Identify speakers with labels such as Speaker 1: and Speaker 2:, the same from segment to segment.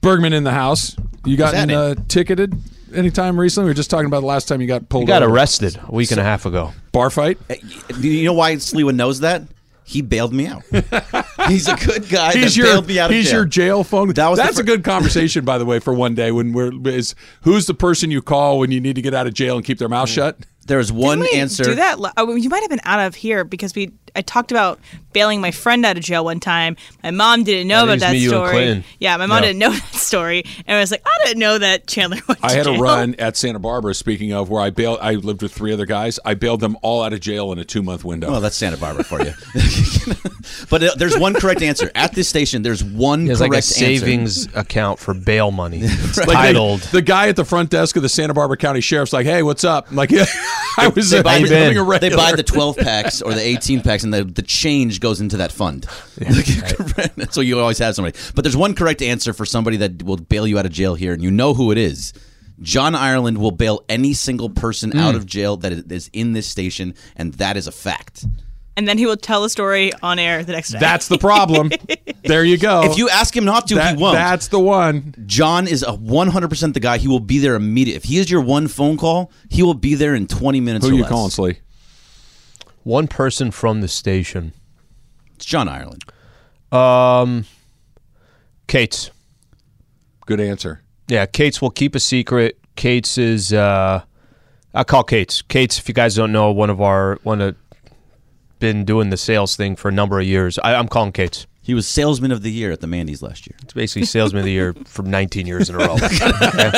Speaker 1: Bergman in the house. You gotten
Speaker 2: that
Speaker 1: uh, ticketed anytime recently? We were just talking about the last time you got pulled.
Speaker 3: You got
Speaker 1: over.
Speaker 3: arrested a week and a half ago.
Speaker 1: Bar fight.
Speaker 2: Do you know why Sleewa knows that? He bailed me out. he's a good guy.
Speaker 1: He's
Speaker 2: that
Speaker 1: your
Speaker 2: bailed me out of
Speaker 1: he's
Speaker 2: jail.
Speaker 1: your jail phone.
Speaker 2: That was the
Speaker 1: That's
Speaker 2: fir-
Speaker 1: a good conversation, by the way, for one day when we're is who's the person you call when you need to get out of jail and keep their mouth shut.
Speaker 2: There was one
Speaker 4: Didn't we
Speaker 2: answer.
Speaker 4: Do that. la- oh, you might have been out of here because we. I talked about bailing my friend out of jail one time. My mom didn't know
Speaker 3: That
Speaker 4: about
Speaker 3: is
Speaker 4: that
Speaker 3: me, you and
Speaker 4: story.
Speaker 3: Clinton.
Speaker 4: yeah, my mom
Speaker 3: Yeah.
Speaker 4: didn't know that story, and I was like, I didn't know that Chandler went.
Speaker 1: I
Speaker 4: to
Speaker 1: had a
Speaker 4: jail.
Speaker 1: run at Santa Barbara. Speaking of where I bailed, I lived with three other guys. I bailed them all out of jail in a two month window.
Speaker 2: Well, that's Santa Barbara for you. but uh, there's one correct answer at this station. There's one
Speaker 3: It's
Speaker 2: correct
Speaker 3: like a
Speaker 2: answer.
Speaker 3: savings account for bail money. It's
Speaker 1: Like, they-
Speaker 3: titled.
Speaker 1: the guy at the front desk of the Santa Barbara County Sheriff's like, "Hey, what's up?" I'm like, yeah, I was
Speaker 2: They
Speaker 1: uh,
Speaker 2: buy,
Speaker 3: you
Speaker 1: becoming
Speaker 3: been?
Speaker 1: a
Speaker 2: they
Speaker 1: regular.
Speaker 2: buy the 12 packs or the 18 packs, and the, the change goes into that fund. That's what you always have somebody. But there's one correct answer for somebody that will bail you out of jail here, and you know who it is. John Ireland will bail any single person
Speaker 1: Hmm.
Speaker 2: out of jail that is- is in this station, and that is a fact.
Speaker 4: and then he will tell a story on air the next day.
Speaker 1: that's the problem. there you go.
Speaker 2: If you ask him not to,
Speaker 1: Oh, that,
Speaker 2: he won't.
Speaker 1: that's the one.
Speaker 2: John is a 100% the guy. He will be there immediate. If he is your one phone call, he will be there in 20 minutes
Speaker 1: Who
Speaker 2: or
Speaker 1: you
Speaker 2: less.
Speaker 1: calling, Slee?
Speaker 3: One person from the station.
Speaker 2: It's John Ireland.
Speaker 3: Um, Kate's.
Speaker 1: Good answer.
Speaker 3: Yeah, Kate's will keep a secret. Kate's is uh I call Kate's. Kate's, if you guys don't know, one of our one of been doing the sales thing for a number of years. I, I'm calling Kate's.
Speaker 2: He was salesman of the year at the Mandy's last year.
Speaker 3: It's basically salesman of the year for 19 years in a row. Okay?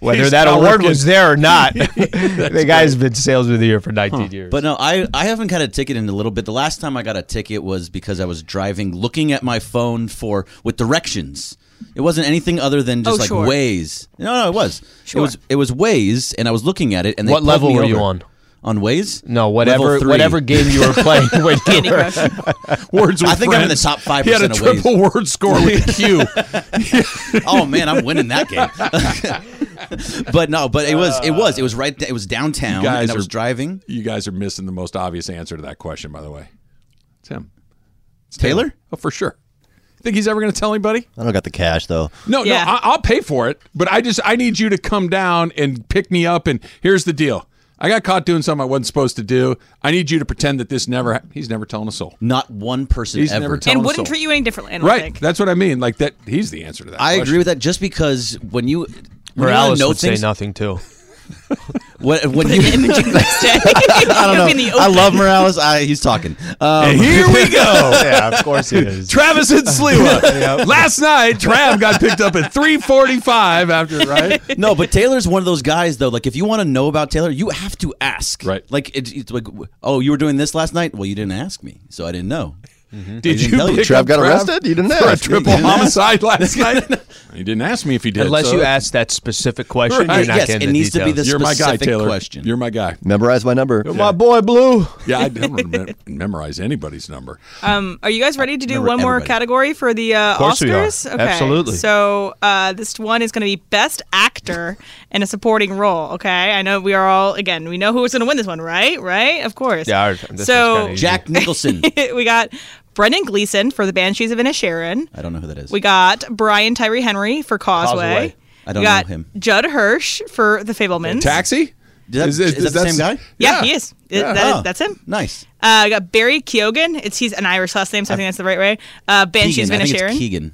Speaker 3: Whether
Speaker 1: He's
Speaker 3: that
Speaker 1: not
Speaker 3: award
Speaker 1: working.
Speaker 3: was there or not, the guy's been salesman of the year for 19 years.
Speaker 2: But no, I, I haven't got a ticket in a little bit. The last time I got a ticket was because I was driving, looking at my phone for with directions. It wasn't anything other than just
Speaker 4: Oh,
Speaker 2: like
Speaker 4: sure.
Speaker 2: Waze. No, no, it was.
Speaker 4: Sure.
Speaker 2: It was it was Waze, and I was looking at it. And they
Speaker 3: What
Speaker 2: pulled
Speaker 3: level
Speaker 2: me
Speaker 3: were you
Speaker 2: over.
Speaker 3: on?
Speaker 2: On Waze?
Speaker 3: no,
Speaker 2: Level
Speaker 3: whatever
Speaker 2: three.
Speaker 3: whatever game you were playing when you
Speaker 4: Candy
Speaker 3: were-
Speaker 4: Crush.
Speaker 1: Words. With
Speaker 2: I think I'm in the
Speaker 1: Friends.
Speaker 2: top
Speaker 1: He had a
Speaker 2: 5% of Waze.
Speaker 1: triple word score with a Q.
Speaker 2: oh man, I'm winning that game. but no, but it was it was it was right it was downtown
Speaker 1: guys
Speaker 2: and I was
Speaker 1: are-
Speaker 2: driving.
Speaker 1: you guys are missing the most obvious answer to that question, by the way. It's him. It's
Speaker 2: Taylor?
Speaker 1: Oh, for sure. Think he's ever going to tell anybody?
Speaker 5: I don't got the cash though.
Speaker 1: No,
Speaker 4: Yeah.
Speaker 1: no, I, I'll pay for it. But I just I need you to come down and pick me up. And here's the deal: I got caught doing something I wasn't supposed to do. I need you to pretend that this never. hap- He's never telling a soul.
Speaker 2: Not one person
Speaker 1: He's
Speaker 2: ever.
Speaker 1: never telling a
Speaker 4: and wouldn't
Speaker 1: soul.
Speaker 4: treat you any differently. I don't
Speaker 1: Right.
Speaker 4: think.
Speaker 1: That's what I mean. Like that. He's the answer to that.
Speaker 2: I
Speaker 1: question.
Speaker 2: agree with that just because when you when you wanna
Speaker 3: Morales
Speaker 2: know
Speaker 3: would
Speaker 2: things,
Speaker 3: say nothing too.
Speaker 2: when, when you
Speaker 4: Imaging next day. I
Speaker 2: I
Speaker 4: In the
Speaker 2: don't know. I
Speaker 4: open.
Speaker 2: love Morales. I, he's talking. Um,
Speaker 1: Here we go.
Speaker 3: Oh, yeah, of course it is.
Speaker 1: Travis and Sliwa. Last night, Trav got picked up at 3:45 after right.
Speaker 2: no, but Taylor's one of those guys though. Like if you want to know about Taylor, you have to ask.
Speaker 1: Right.
Speaker 2: Like it, it's like, oh, you were doing this last night. Well, you didn't ask me, so I didn't know.
Speaker 1: Did
Speaker 2: didn't
Speaker 1: you?
Speaker 2: tell you.
Speaker 1: pick
Speaker 5: Trav
Speaker 1: up
Speaker 5: got arrested? You didn't
Speaker 1: for a
Speaker 5: ask.
Speaker 1: triple homicide last night. You didn't ask me if he did.
Speaker 3: Unless
Speaker 1: so
Speaker 3: you ask that specific question,
Speaker 1: Right.
Speaker 3: you're not
Speaker 2: Yes,
Speaker 3: getting
Speaker 2: it
Speaker 3: the
Speaker 2: needs to be
Speaker 3: details.
Speaker 2: the
Speaker 1: You're my guy,
Speaker 2: specific
Speaker 1: Taylor.
Speaker 2: question.
Speaker 1: You're my guy.
Speaker 5: Memorize my number.
Speaker 3: My boy Blue.
Speaker 1: Yeah, I never mem- memorize anybody's number.
Speaker 4: Um, are you guys ready to do
Speaker 2: Remember
Speaker 4: one more
Speaker 2: everybody.
Speaker 4: category for the uh,
Speaker 3: course we are.
Speaker 4: Oscars?
Speaker 3: Absolutely.
Speaker 4: So uh, this one is going to be Best Actor in a Supporting Role. Okay, I know we are all again. We know who's going to win this one, right? Right? Of course.
Speaker 3: Yeah, ours- this one's
Speaker 4: so
Speaker 3: kinda easy.
Speaker 2: Jack Nicholson.
Speaker 4: we got Brendan Gleeson for The Banshees of Inisherin.
Speaker 2: I don't know who that is.
Speaker 4: We got Brian Tyree Henry for Causeway.
Speaker 3: Causeway.
Speaker 2: I don't
Speaker 4: we got
Speaker 2: know him.
Speaker 4: Judd Hirsch for The Fablemans.
Speaker 1: Taxi?
Speaker 2: Is that- is that the
Speaker 1: that's-
Speaker 2: same guy?
Speaker 4: yeah, he is. It- that-
Speaker 2: Oh.
Speaker 4: that's him.
Speaker 2: Nice.
Speaker 4: Uh, I got Barry Keoghan. It's he's an Irish last name, so I think that's the right way. Uh, Banshees
Speaker 2: Keegan.
Speaker 4: of
Speaker 2: I think it's
Speaker 4: Inisherin.
Speaker 2: Keegan.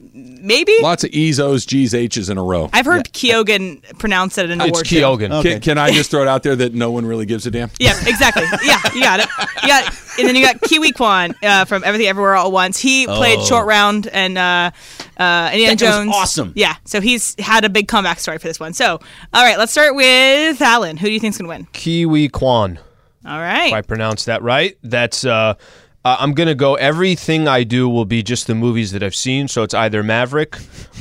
Speaker 4: Maybe
Speaker 1: Lots of E's, O's, G's, H's in a row.
Speaker 4: I've heard Keoghan pronounce it in a
Speaker 3: It's
Speaker 4: word. show.
Speaker 3: Keoghan.
Speaker 2: Oh.
Speaker 1: Can- Can, I just throw it out there that no one really gives a damn?
Speaker 4: Yeah, exactly. Yeah, you got it. You got, and then you got Kiwi Kwan uh, from Everything Everywhere All at Once. He played Short Round and uh, uh, Indiana
Speaker 2: That guy was
Speaker 4: Jones.
Speaker 2: awesome.
Speaker 4: Yeah, so he's had a big comeback story for this one. So, all right, let's start with Alan. Who do you think's gonna win?
Speaker 3: Kiwi Kwan.
Speaker 4: All
Speaker 3: if I
Speaker 4: right,
Speaker 3: pronounced that right. That's uh, uh, I'm gonna go. Everything I do will be just the movies that I've seen. So it's either Maverick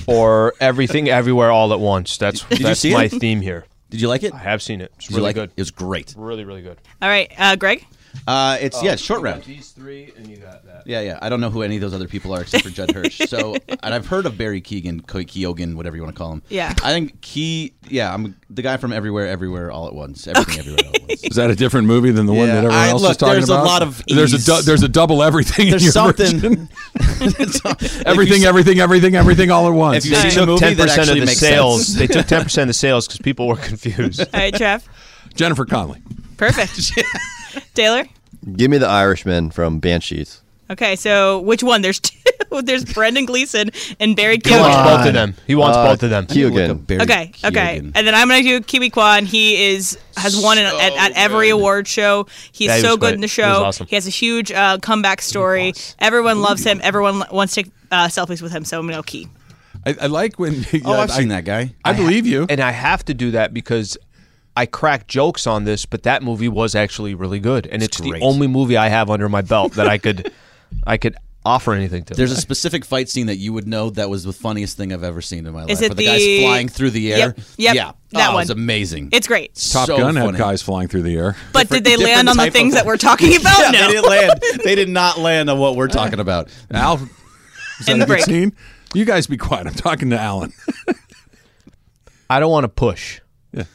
Speaker 3: or Everything Everywhere All at Once. That's
Speaker 2: you
Speaker 3: that's
Speaker 2: see
Speaker 3: my
Speaker 2: it?
Speaker 3: theme here.
Speaker 2: Did you like it?
Speaker 3: I have seen it. It's
Speaker 2: Did
Speaker 3: really
Speaker 2: you like
Speaker 3: good. Oh.
Speaker 2: It? it was great.
Speaker 3: Really, really good.
Speaker 4: all right, uh, Greg.
Speaker 2: Uh, it's yeah,
Speaker 3: Oh.
Speaker 2: short round.
Speaker 3: These three, and you got that.
Speaker 2: Yeah, yeah. I don't know who any of those other people are except for Judd Hirsch. So, and I've heard of Barry Keegan, Ke- Keoghan, whatever you want to call him.
Speaker 4: Yeah.
Speaker 2: I think Key. Yeah, I'm the guy from Everywhere, Everywhere, All at Once. Everything, Everywhere, All at Once.
Speaker 1: Is that a different movie than the one
Speaker 2: Yeah,
Speaker 1: that everyone
Speaker 2: I-
Speaker 1: else is
Speaker 2: look,
Speaker 1: talking
Speaker 2: there's a
Speaker 1: about?
Speaker 2: lot of
Speaker 1: there's a du-
Speaker 2: E's.
Speaker 1: there's a double everything. in
Speaker 2: There's
Speaker 1: your version.
Speaker 2: something.
Speaker 1: Everything, everything, everything, everything, all at once.
Speaker 2: If you
Speaker 4: They
Speaker 2: see the
Speaker 4: took
Speaker 2: movie,
Speaker 3: Ten
Speaker 2: that
Speaker 3: percent of
Speaker 2: actually
Speaker 3: the
Speaker 2: makes
Speaker 3: sales.
Speaker 2: sense.
Speaker 3: They took ten percent of the sales because people were confused.
Speaker 4: All right, Jeff.
Speaker 1: Jennifer Connelly.
Speaker 4: Perfect. Taylor.
Speaker 5: Give me the Irishman from Banshees.
Speaker 4: Okay, so which one? There's two. There's Brendan Gleeson and Barry
Speaker 3: He wants
Speaker 4: Keoghan.
Speaker 5: on.
Speaker 3: both of them. He wants
Speaker 5: Uh,
Speaker 3: both of them.
Speaker 5: Keoghan.
Speaker 2: Look up Barry
Speaker 4: Okay, okay,
Speaker 2: Keoghan.
Speaker 4: and then I'm gonna do Kiwi Kwan. He is has won at, at, at every award show. He's
Speaker 3: Yeah, he
Speaker 4: so
Speaker 3: was
Speaker 4: good
Speaker 3: great.
Speaker 4: in the
Speaker 3: He
Speaker 4: show.
Speaker 3: was awesome.
Speaker 4: He has a huge uh, comeback story. Everyone loves him. Everyone lo- wants to take uh, selfies with him. So I'm gonna go Key.
Speaker 1: I, I like when.
Speaker 2: Oh,
Speaker 1: yeah,
Speaker 2: I've
Speaker 1: I-
Speaker 2: seen that guy.
Speaker 1: I believe you.
Speaker 3: And I have to do that because I crack jokes on this, but that movie was actually really good, and it's,
Speaker 2: great.
Speaker 3: the only movie I have under my belt that I could, I could offer anything to.
Speaker 2: There's a specific fight scene that you would know that was the funniest thing I've ever seen in my life.
Speaker 4: Is it
Speaker 2: where the, guy's
Speaker 4: the-
Speaker 2: flying through the air?
Speaker 4: Yep, yep,
Speaker 2: yeah,
Speaker 4: that
Speaker 2: oh,
Speaker 4: one.
Speaker 2: It's amazing.
Speaker 4: It's great.
Speaker 1: Top
Speaker 2: so
Speaker 1: Gun
Speaker 2: funny.
Speaker 1: had guys flying through the air.
Speaker 4: But did they
Speaker 2: different
Speaker 4: land on the
Speaker 2: type
Speaker 4: things
Speaker 2: of-
Speaker 4: that we're talking about?
Speaker 2: Yeah,
Speaker 4: Oh, no.
Speaker 2: they didn't land. They did not land on what we're talking about.
Speaker 1: Al, is that
Speaker 4: In
Speaker 1: a
Speaker 4: the
Speaker 1: good
Speaker 4: break.
Speaker 1: scene? You guys be quiet. I'm talking to Alan.
Speaker 3: I don't want to push.
Speaker 1: Yeah.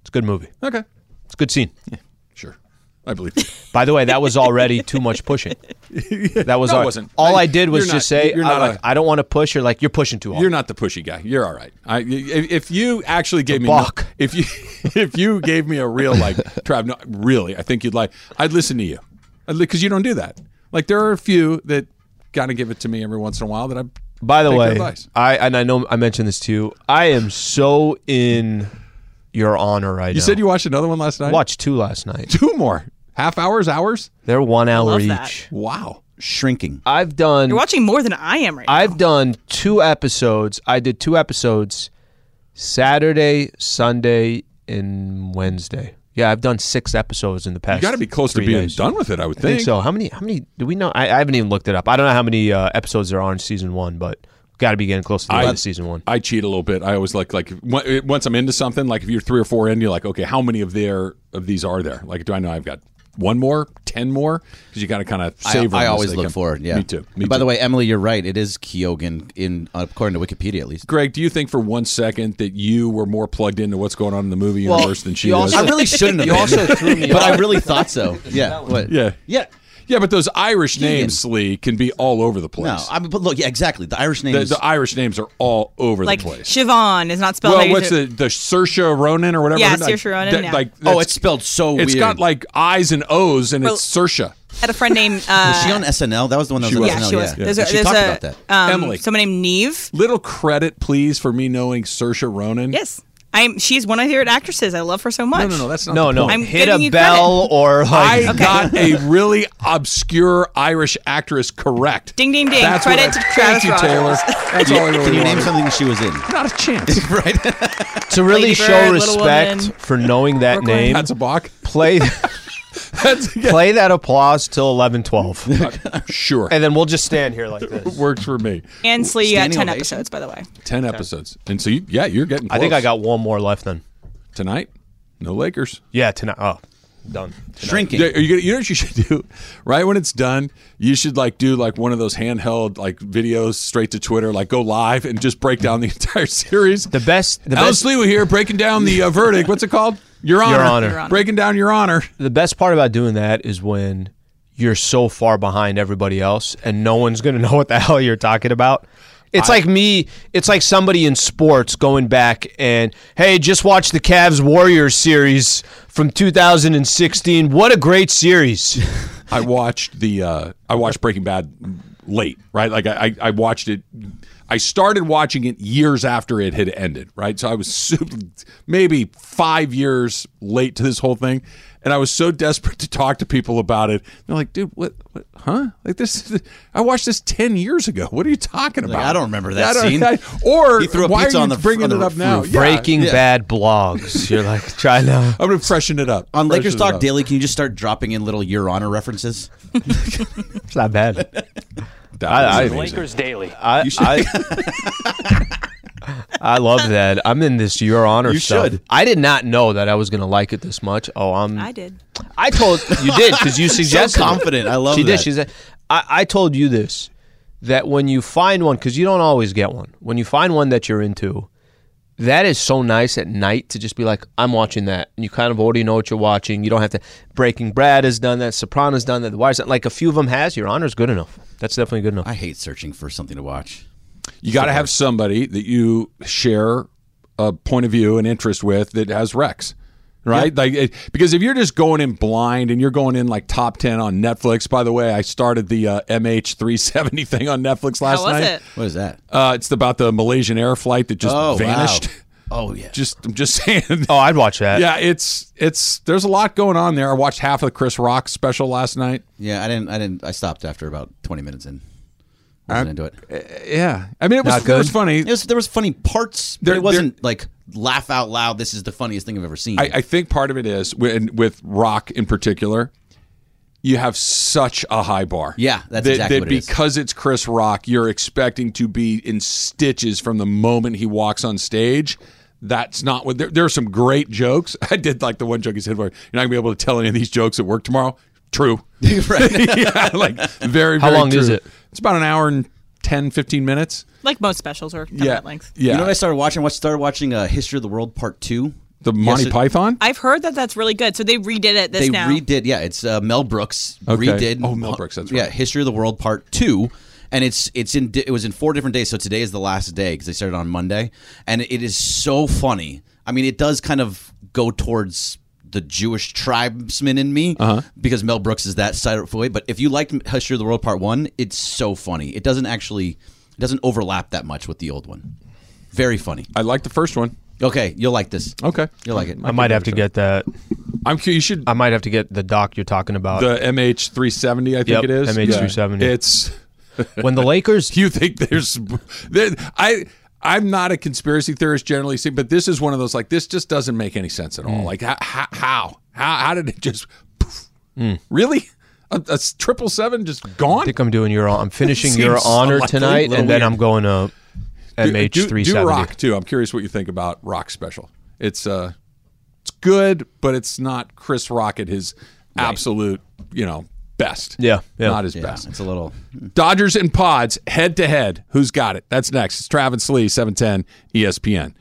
Speaker 3: It's a good movie.
Speaker 1: okay,
Speaker 3: It's a good scene.
Speaker 1: sure. I believe you.
Speaker 3: By the way, that was already too much pushing. That was
Speaker 1: No, it
Speaker 3: all-
Speaker 1: wasn't.
Speaker 3: all
Speaker 1: I-
Speaker 3: I did was
Speaker 1: you're
Speaker 3: just
Speaker 1: not-
Speaker 3: say,
Speaker 1: you're
Speaker 3: I,
Speaker 1: not
Speaker 3: like,
Speaker 1: a-
Speaker 3: I don't want to push. You're like, you're pushing too hard.
Speaker 1: You're not the pushy guy. You're all right. I, if, if you actually gave me
Speaker 3: buck.
Speaker 1: No, if you if you gave me a real like Trav, no, really, I think you'd like. I'd listen to you because you don't do that. Like there are a few that kind of give it to me every once in a while that I.
Speaker 3: By the
Speaker 1: take their
Speaker 3: way,
Speaker 1: advice.
Speaker 3: I and I know I mentioned this to you. I am so in your honor right now.
Speaker 1: you said you watched another one last night.
Speaker 3: watched two last night.
Speaker 1: two more half hours, hours.
Speaker 3: They're one hour
Speaker 4: love
Speaker 3: each.
Speaker 4: that.
Speaker 1: Wow.
Speaker 2: Shrinking.
Speaker 3: I've done.
Speaker 4: You're watching more than I am right now.
Speaker 3: I've done two episodes. I did two episodes, Saturday, Sunday, and Wednesday. Yeah, I've done six episodes in the past.
Speaker 1: You got to be close to
Speaker 3: three
Speaker 1: being
Speaker 3: days.
Speaker 1: done with it. I would
Speaker 3: I think so. How many? How many? Do we know? I, I haven't even looked it up. I don't know how many uh, episodes there are in season one, but got to be getting close to the end of season one.
Speaker 1: I cheat a little bit. I always like like w- once I'm into something, like if you're three or four in, you're like, okay, how many of their of these are there? Like, do I know I've got one more, ten more? Because you got to kind of
Speaker 2: I,
Speaker 1: savor.
Speaker 2: I
Speaker 1: them as
Speaker 2: always
Speaker 1: they
Speaker 2: look
Speaker 1: come.
Speaker 2: forward. Yeah.
Speaker 1: me too. Me
Speaker 2: And by
Speaker 1: too.
Speaker 2: the way, Emily, you're right. It is Keoghan in according to Wikipedia at least.
Speaker 1: Greg, do you think for one second that you were more plugged into what's going on in the movie universe than she
Speaker 3: you
Speaker 1: was?
Speaker 3: also-
Speaker 2: I really shouldn't have.
Speaker 3: You
Speaker 2: been,
Speaker 3: also threw me
Speaker 2: but I
Speaker 3: off.
Speaker 2: really thought so. Yeah. What?
Speaker 1: yeah,
Speaker 2: Yeah.
Speaker 1: yeah, but those Irish names, Lee, can be all over the place.
Speaker 2: No. I mean, but look, yeah, exactly. The Irish
Speaker 1: the,
Speaker 2: names.
Speaker 1: the Irish names are all over
Speaker 4: like
Speaker 1: the place.
Speaker 4: Siobhan is not spelled.
Speaker 1: well,
Speaker 4: right.
Speaker 1: what's the the Saoirse Ronan or whatever?
Speaker 4: Yeah,
Speaker 1: her- like,
Speaker 4: Saoirse Ronan,
Speaker 1: that-
Speaker 4: yeah.
Speaker 1: Like,
Speaker 2: oh,
Speaker 1: that's-
Speaker 2: it's spelled so weird.
Speaker 1: It's got like I's and O's, and
Speaker 4: Well-
Speaker 1: it's Saoirse.
Speaker 4: I had a friend named. Uh,
Speaker 2: Was she on SNL? That was the one that was on
Speaker 4: yeah,
Speaker 2: SNL.
Speaker 4: she was.
Speaker 2: Yeah.
Speaker 4: There's a,
Speaker 2: she
Speaker 4: there's
Speaker 2: talked
Speaker 4: a,
Speaker 2: about that.
Speaker 4: Um,
Speaker 1: Emily.
Speaker 4: Someone named Neve.
Speaker 1: Little credit, please, for me knowing Saoirse Ronan.
Speaker 4: Yes, I'm. She's one of my favorite actresses. I love her so much.
Speaker 1: No, no, no. That's not.
Speaker 3: No,
Speaker 1: the
Speaker 3: no.
Speaker 1: point.
Speaker 4: I'm
Speaker 3: hit
Speaker 4: giving
Speaker 3: a
Speaker 4: you
Speaker 3: bell or
Speaker 1: I
Speaker 3: like.
Speaker 1: got a really obscure Irish actress correct.
Speaker 4: Ding, ding, ding.
Speaker 1: That's
Speaker 4: Credit
Speaker 1: what
Speaker 4: to
Speaker 1: I,
Speaker 4: Travis
Speaker 1: Thank you, Taylor.
Speaker 4: Rogers.
Speaker 1: That's all I really
Speaker 2: Can you name
Speaker 1: wanted.
Speaker 2: something she was in?
Speaker 1: Not a chance.
Speaker 2: Right.
Speaker 3: to really
Speaker 4: Lady
Speaker 3: show
Speaker 4: Bird, Little
Speaker 3: respect
Speaker 4: Women.
Speaker 3: for knowing that
Speaker 4: Brooklyn.
Speaker 3: name,
Speaker 1: That's a balk.
Speaker 3: play
Speaker 1: That's yeah,
Speaker 3: play that applause till eleven twelve,
Speaker 1: sure.
Speaker 3: and then we'll just stand here like this.
Speaker 1: Works for me.
Speaker 4: And Slee, you got
Speaker 2: Standing
Speaker 4: ten
Speaker 2: ovation.
Speaker 4: episodes, by the way.
Speaker 1: Ten episodes, and so you, yeah, you're getting. Close.
Speaker 3: I think I got one more left then.
Speaker 1: tonight. No Lakers.
Speaker 3: Yeah, tonight. Oh, done.
Speaker 2: Shrinking.
Speaker 1: Yeah, are you, gonna, you know what you should do? Right when it's done, you should like do like one of those handheld like videos straight to Twitter, like go live and just break down the entire series.
Speaker 3: The best. The
Speaker 1: Alice
Speaker 3: best.
Speaker 1: Lewa here breaking down the uh, verdict. What's it called? Your Honor.
Speaker 3: Honor. Your
Speaker 4: Honor.
Speaker 1: Breaking down Your Honor.
Speaker 3: the best part about doing that is when you're so far behind everybody else and no one's going to know what the hell you're talking about. It's like me, it's like somebody in sports going back and, hey, just watch the Cavs Warriors series from 2016. What a great series.
Speaker 1: I watched the uh, I watched Breaking Bad late, right? Like I, I I watched it. I started watching it years after it had ended, right? So I was super, maybe five years late to this whole thing, and I was so desperate to talk to people about it. They're like, "Dude, what? what huh? Like this? I watched this ten years ago. What are you talking about?
Speaker 2: I don't remember that
Speaker 1: I don't-
Speaker 2: scene.
Speaker 1: I- or
Speaker 2: He threw a
Speaker 1: why
Speaker 2: pizza
Speaker 1: are you
Speaker 2: on the-
Speaker 1: bringing
Speaker 2: on the
Speaker 1: it up now?
Speaker 2: roof.
Speaker 1: Oh, Yeah.
Speaker 3: Breaking bad blogs. You're like, try now.
Speaker 1: I'm gonna freshen it up
Speaker 2: On
Speaker 1: Freshen
Speaker 2: Lakers
Speaker 1: it
Speaker 2: Talk
Speaker 1: up.
Speaker 2: Daily, can you just start dropping in little Your Honor references?
Speaker 3: It's not bad.
Speaker 1: That
Speaker 3: I-
Speaker 1: was
Speaker 3: I-
Speaker 1: amazing.
Speaker 6: Lakers Daily.
Speaker 3: I, I, I love that. I'm in this your honor
Speaker 2: You
Speaker 3: stuff.
Speaker 2: should.
Speaker 3: I did not know that I was going to like it this much. Oh, I'm.
Speaker 4: I did.
Speaker 3: I told you did because you
Speaker 2: so
Speaker 3: suggested. it.
Speaker 2: confident. I love
Speaker 3: she
Speaker 2: that.
Speaker 3: did. She said, I, "I told you this that when you find one, because you don't always get one. When you find one that you're into, that is so nice at night to just be like, I'm watching that, and you kind of already know what you're watching. You don't have to. Breaking Brad has done that. Sopranos done that. The Wire's done. Like a few of them has. Your Honor's good enough. That's definitely good enough.
Speaker 2: I hate searching for something to watch.
Speaker 1: You got to have somebody that you share a point of view and interest with that has Rex, right? Like it, because if you're just going in blind and you're going in like top ten on Netflix. By the way, I started the uh, MH370 thing on Netflix last
Speaker 4: How was
Speaker 1: night.
Speaker 4: it?
Speaker 2: What is that?
Speaker 1: Uh, it's about the Malaysian air flight that just
Speaker 2: oh,
Speaker 1: vanished.
Speaker 2: Wow. Oh yeah.
Speaker 1: Just I'm just saying.
Speaker 3: oh, I'd watch that.
Speaker 1: Yeah, it's it's there's a lot going on there. I watched half of the Chris Rock special last night.
Speaker 2: Yeah, I didn't. I didn't. I stopped after about twenty minutes in. Wasn't into it. It
Speaker 1: Yeah, I mean it was,
Speaker 3: Not good?
Speaker 1: it was funny.
Speaker 2: was, there was funny parts, but
Speaker 1: There-
Speaker 2: it wasn't like laugh out loud. This is the funniest thing I've ever seen.
Speaker 1: I, I think part of it is when, with rock in particular, you have such a high bar.
Speaker 2: Yeah, that's
Speaker 1: that,
Speaker 2: exactly
Speaker 1: that
Speaker 2: what it is.
Speaker 1: because it's Chris Rock, you're expecting to be in stitches from the moment he walks on stage. That's not what there, there are some great jokes. I did like the one joke he said, where you're not gonna be able to tell any of these jokes at work tomorrow. True. yeah, like very, very
Speaker 3: How long
Speaker 1: true.
Speaker 3: is it?
Speaker 1: It's about an hour and 10, 15 minutes.
Speaker 4: Like most specials are kind of
Speaker 1: Yeah.
Speaker 4: at length.
Speaker 1: Yeah.
Speaker 2: You know what I started watching? I started watching uh, History of the World Part Two.
Speaker 1: the Monty
Speaker 2: Yes, it-
Speaker 1: Python?
Speaker 4: I've heard that that's really good. So they redid it this
Speaker 2: They
Speaker 4: now.
Speaker 2: redid. Yeah, it's uh, Mel Brooks
Speaker 1: Okay.
Speaker 2: redid.
Speaker 1: Oh, Mel Brooks, that's
Speaker 2: Yeah,
Speaker 1: right.
Speaker 2: History of the World Part Two, and it's it's in. It was in four different days. So today is the last day because they started on Monday, and it is so funny. I mean, it does kind of go towards the Jewish tribesman in me
Speaker 1: Uh-huh.
Speaker 2: because Mel Brooks is that side of way. But if you liked History of the World Part One, it's so funny. It doesn't actually it doesn't overlap that much with the old one. Very funny.
Speaker 1: I like the first one.
Speaker 2: Okay, you'll like this.
Speaker 1: Okay.
Speaker 2: You'll like it.
Speaker 3: I might have to get that.
Speaker 1: I'm curious. You should
Speaker 3: I might have to get the doc you're talking about.
Speaker 1: the MH370, I think
Speaker 3: Yep,
Speaker 1: it is.
Speaker 3: MH370.
Speaker 1: Yeah. It's
Speaker 3: when the Lakers
Speaker 1: you think there's there, I I'm not a conspiracy theorist generally, see, but this is one of those like this just doesn't make any sense at
Speaker 3: Mm.
Speaker 1: all. Like how how how how did it just poof? really a, a s- triple seven just gone?
Speaker 3: Mm. think I'm doing your. I'm finishing your
Speaker 1: Seems
Speaker 3: honor
Speaker 1: unlikely,
Speaker 3: tonight,
Speaker 1: little
Speaker 3: and then
Speaker 1: weird.
Speaker 3: I'm going to
Speaker 1: Do- do-
Speaker 3: MH370.
Speaker 1: Do, rock too. I'm curious what you think about Rock Special. It's uh it's good, but it's not Chris Rock at his absolute you know best.
Speaker 3: Yeah, yeah.
Speaker 1: not his
Speaker 2: Yeah,
Speaker 1: best.
Speaker 2: it's a little.
Speaker 1: Dodgers and Pods head to head. Who's got it? That's next. It's Travis Lee, E 710 ESPN.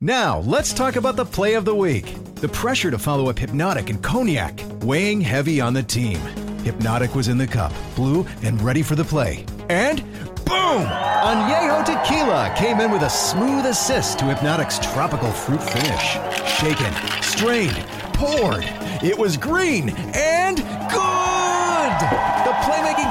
Speaker 6: Now, let's talk about the play of the week. The pressure to follow up Hypnotic and Cognac, weighing heavy on the team. Hypnotic was in the cup, blue, and ready for the play. And boom! Añejo Tequila came in with a smooth assist to Hypnotic's tropical fruit finish. Shaken, strained, poured. It was green and good! The playmaking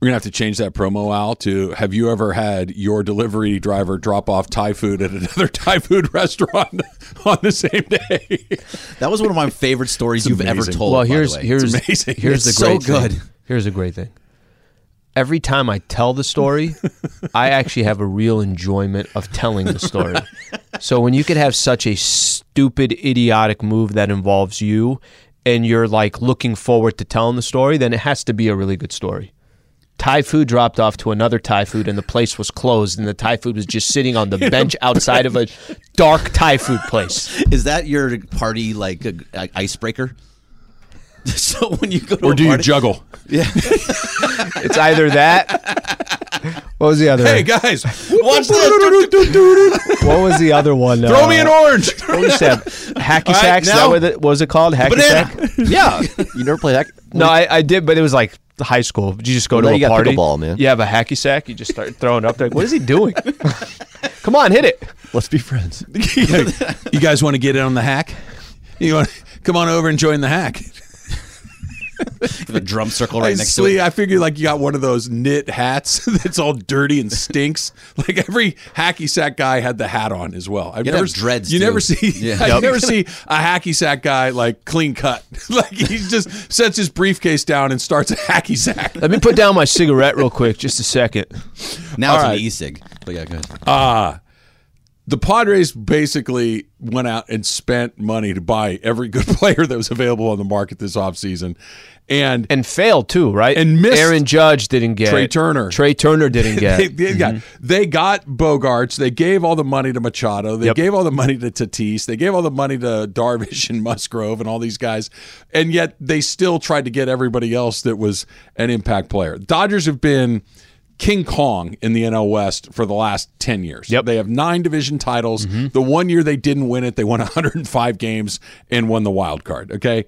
Speaker 1: We're going to have to change that promo, Al, to have you ever had your delivery driver drop off Thai food at another Thai food restaurant on the same day?
Speaker 2: That was one of my favorite stories you've ever
Speaker 1: amazing.
Speaker 2: told.
Speaker 3: Well,
Speaker 2: by the
Speaker 3: here's
Speaker 2: way.
Speaker 3: here's
Speaker 1: amazing.
Speaker 3: here's
Speaker 2: It's
Speaker 3: the
Speaker 2: so
Speaker 3: great thing.
Speaker 2: good.
Speaker 3: Here's the great thing. Every time I tell the story, I actually have a real enjoyment of telling the story. so when you could have such a stupid, idiotic move that involves you, and you're like looking forward to telling the story, then it has to be a really good story. Thai food dropped off to another Thai food, and the place was closed, and the Thai food was just sitting on the bench outside of a dark Thai food place.
Speaker 2: Is that your party like a, a icebreaker? so when you go to
Speaker 1: or
Speaker 2: a
Speaker 1: do you
Speaker 2: party-
Speaker 1: juggle?
Speaker 3: It's either that. What was the other?
Speaker 1: Hey, guys,
Speaker 2: watch this?
Speaker 3: What was the other one? uh,
Speaker 1: throw me an orange.
Speaker 3: We used to have hacky
Speaker 1: All right,
Speaker 3: sacks. Is
Speaker 1: now-
Speaker 3: that what it, what was it called? Hacky
Speaker 2: Banana.
Speaker 3: sack.
Speaker 5: yeah, you never play that.
Speaker 3: No, I, I did, but it was like the high school. You just go
Speaker 5: Now
Speaker 3: to
Speaker 5: you
Speaker 3: a
Speaker 5: got
Speaker 3: party.
Speaker 5: pickleball, man.
Speaker 3: You have a hacky sack. You just start throwing up. Like, what is he doing? Come on, hit it.
Speaker 5: Let's be friends.
Speaker 1: you guys want to get in on the hack? You want come on over and join the hack?
Speaker 2: the drum circle right
Speaker 1: I
Speaker 2: next
Speaker 1: slee-
Speaker 2: to it.
Speaker 1: I figure like you got one of those knit hats that's all dirty and stinks. like every hacky sack guy had the hat on as well. I've
Speaker 2: You gotta
Speaker 1: never
Speaker 2: have dreads,
Speaker 1: You
Speaker 2: too.
Speaker 1: never see.
Speaker 2: Yeah.
Speaker 1: I
Speaker 2: Yep.
Speaker 1: never see a hacky sack guy like clean cut. like he just sets his briefcase down and starts a hacky sack.
Speaker 3: Let me put down my cigarette real quick, just a second.
Speaker 2: Now it's
Speaker 1: right.
Speaker 2: an e-cig. But yeah, go ahead.
Speaker 1: the Padres basically went out and spent money to buy every good player that was available on the market this offseason. And,
Speaker 3: And failed too, right?
Speaker 1: And missed.
Speaker 3: Aaron Judge didn't get
Speaker 1: Trey
Speaker 3: it.
Speaker 1: Turner.
Speaker 3: Trey Turner didn't get. Mm-hmm.
Speaker 1: they,
Speaker 3: it.
Speaker 1: they got, they got Bogarts. They gave all the money to Machado. They
Speaker 3: Yep.
Speaker 1: gave all the money to Tatis. They gave all the money to Darvish and Musgrove and all these guys. And yet they still tried to get everybody else that was an impact player. Dodgers have been King Kong in the NL West for the last 10 years.
Speaker 3: Yep. Mm-hmm.
Speaker 1: They have nine division titles. The one year they didn't win it, they won 105 games and won the wild card. Okay.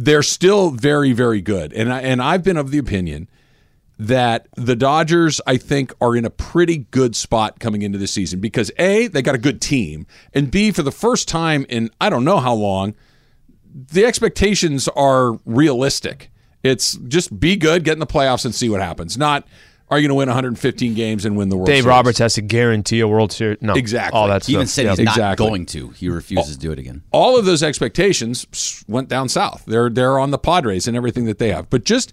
Speaker 1: They're still very, very good. And, I, and I've been of the opinion that the Dodgers, I think, are in a pretty good spot coming into this season because A, they got a good team, and B, for the first time in I don't know how long, the expectations are realistic. It's just be good, get in the playoffs, and see what happens. Not are you going to win 115 games and win the World
Speaker 3: Dave
Speaker 1: Series?
Speaker 3: Roberts has to guarantee a World Series. No,
Speaker 1: Exactly.
Speaker 3: All that
Speaker 2: He
Speaker 3: stuff.
Speaker 2: even said he's
Speaker 3: Yeah.
Speaker 2: not
Speaker 1: Exactly.
Speaker 2: going to. He refuses to do it again.
Speaker 1: all of those expectations pss, went down south. They're they're on the Padres and everything that they have. But just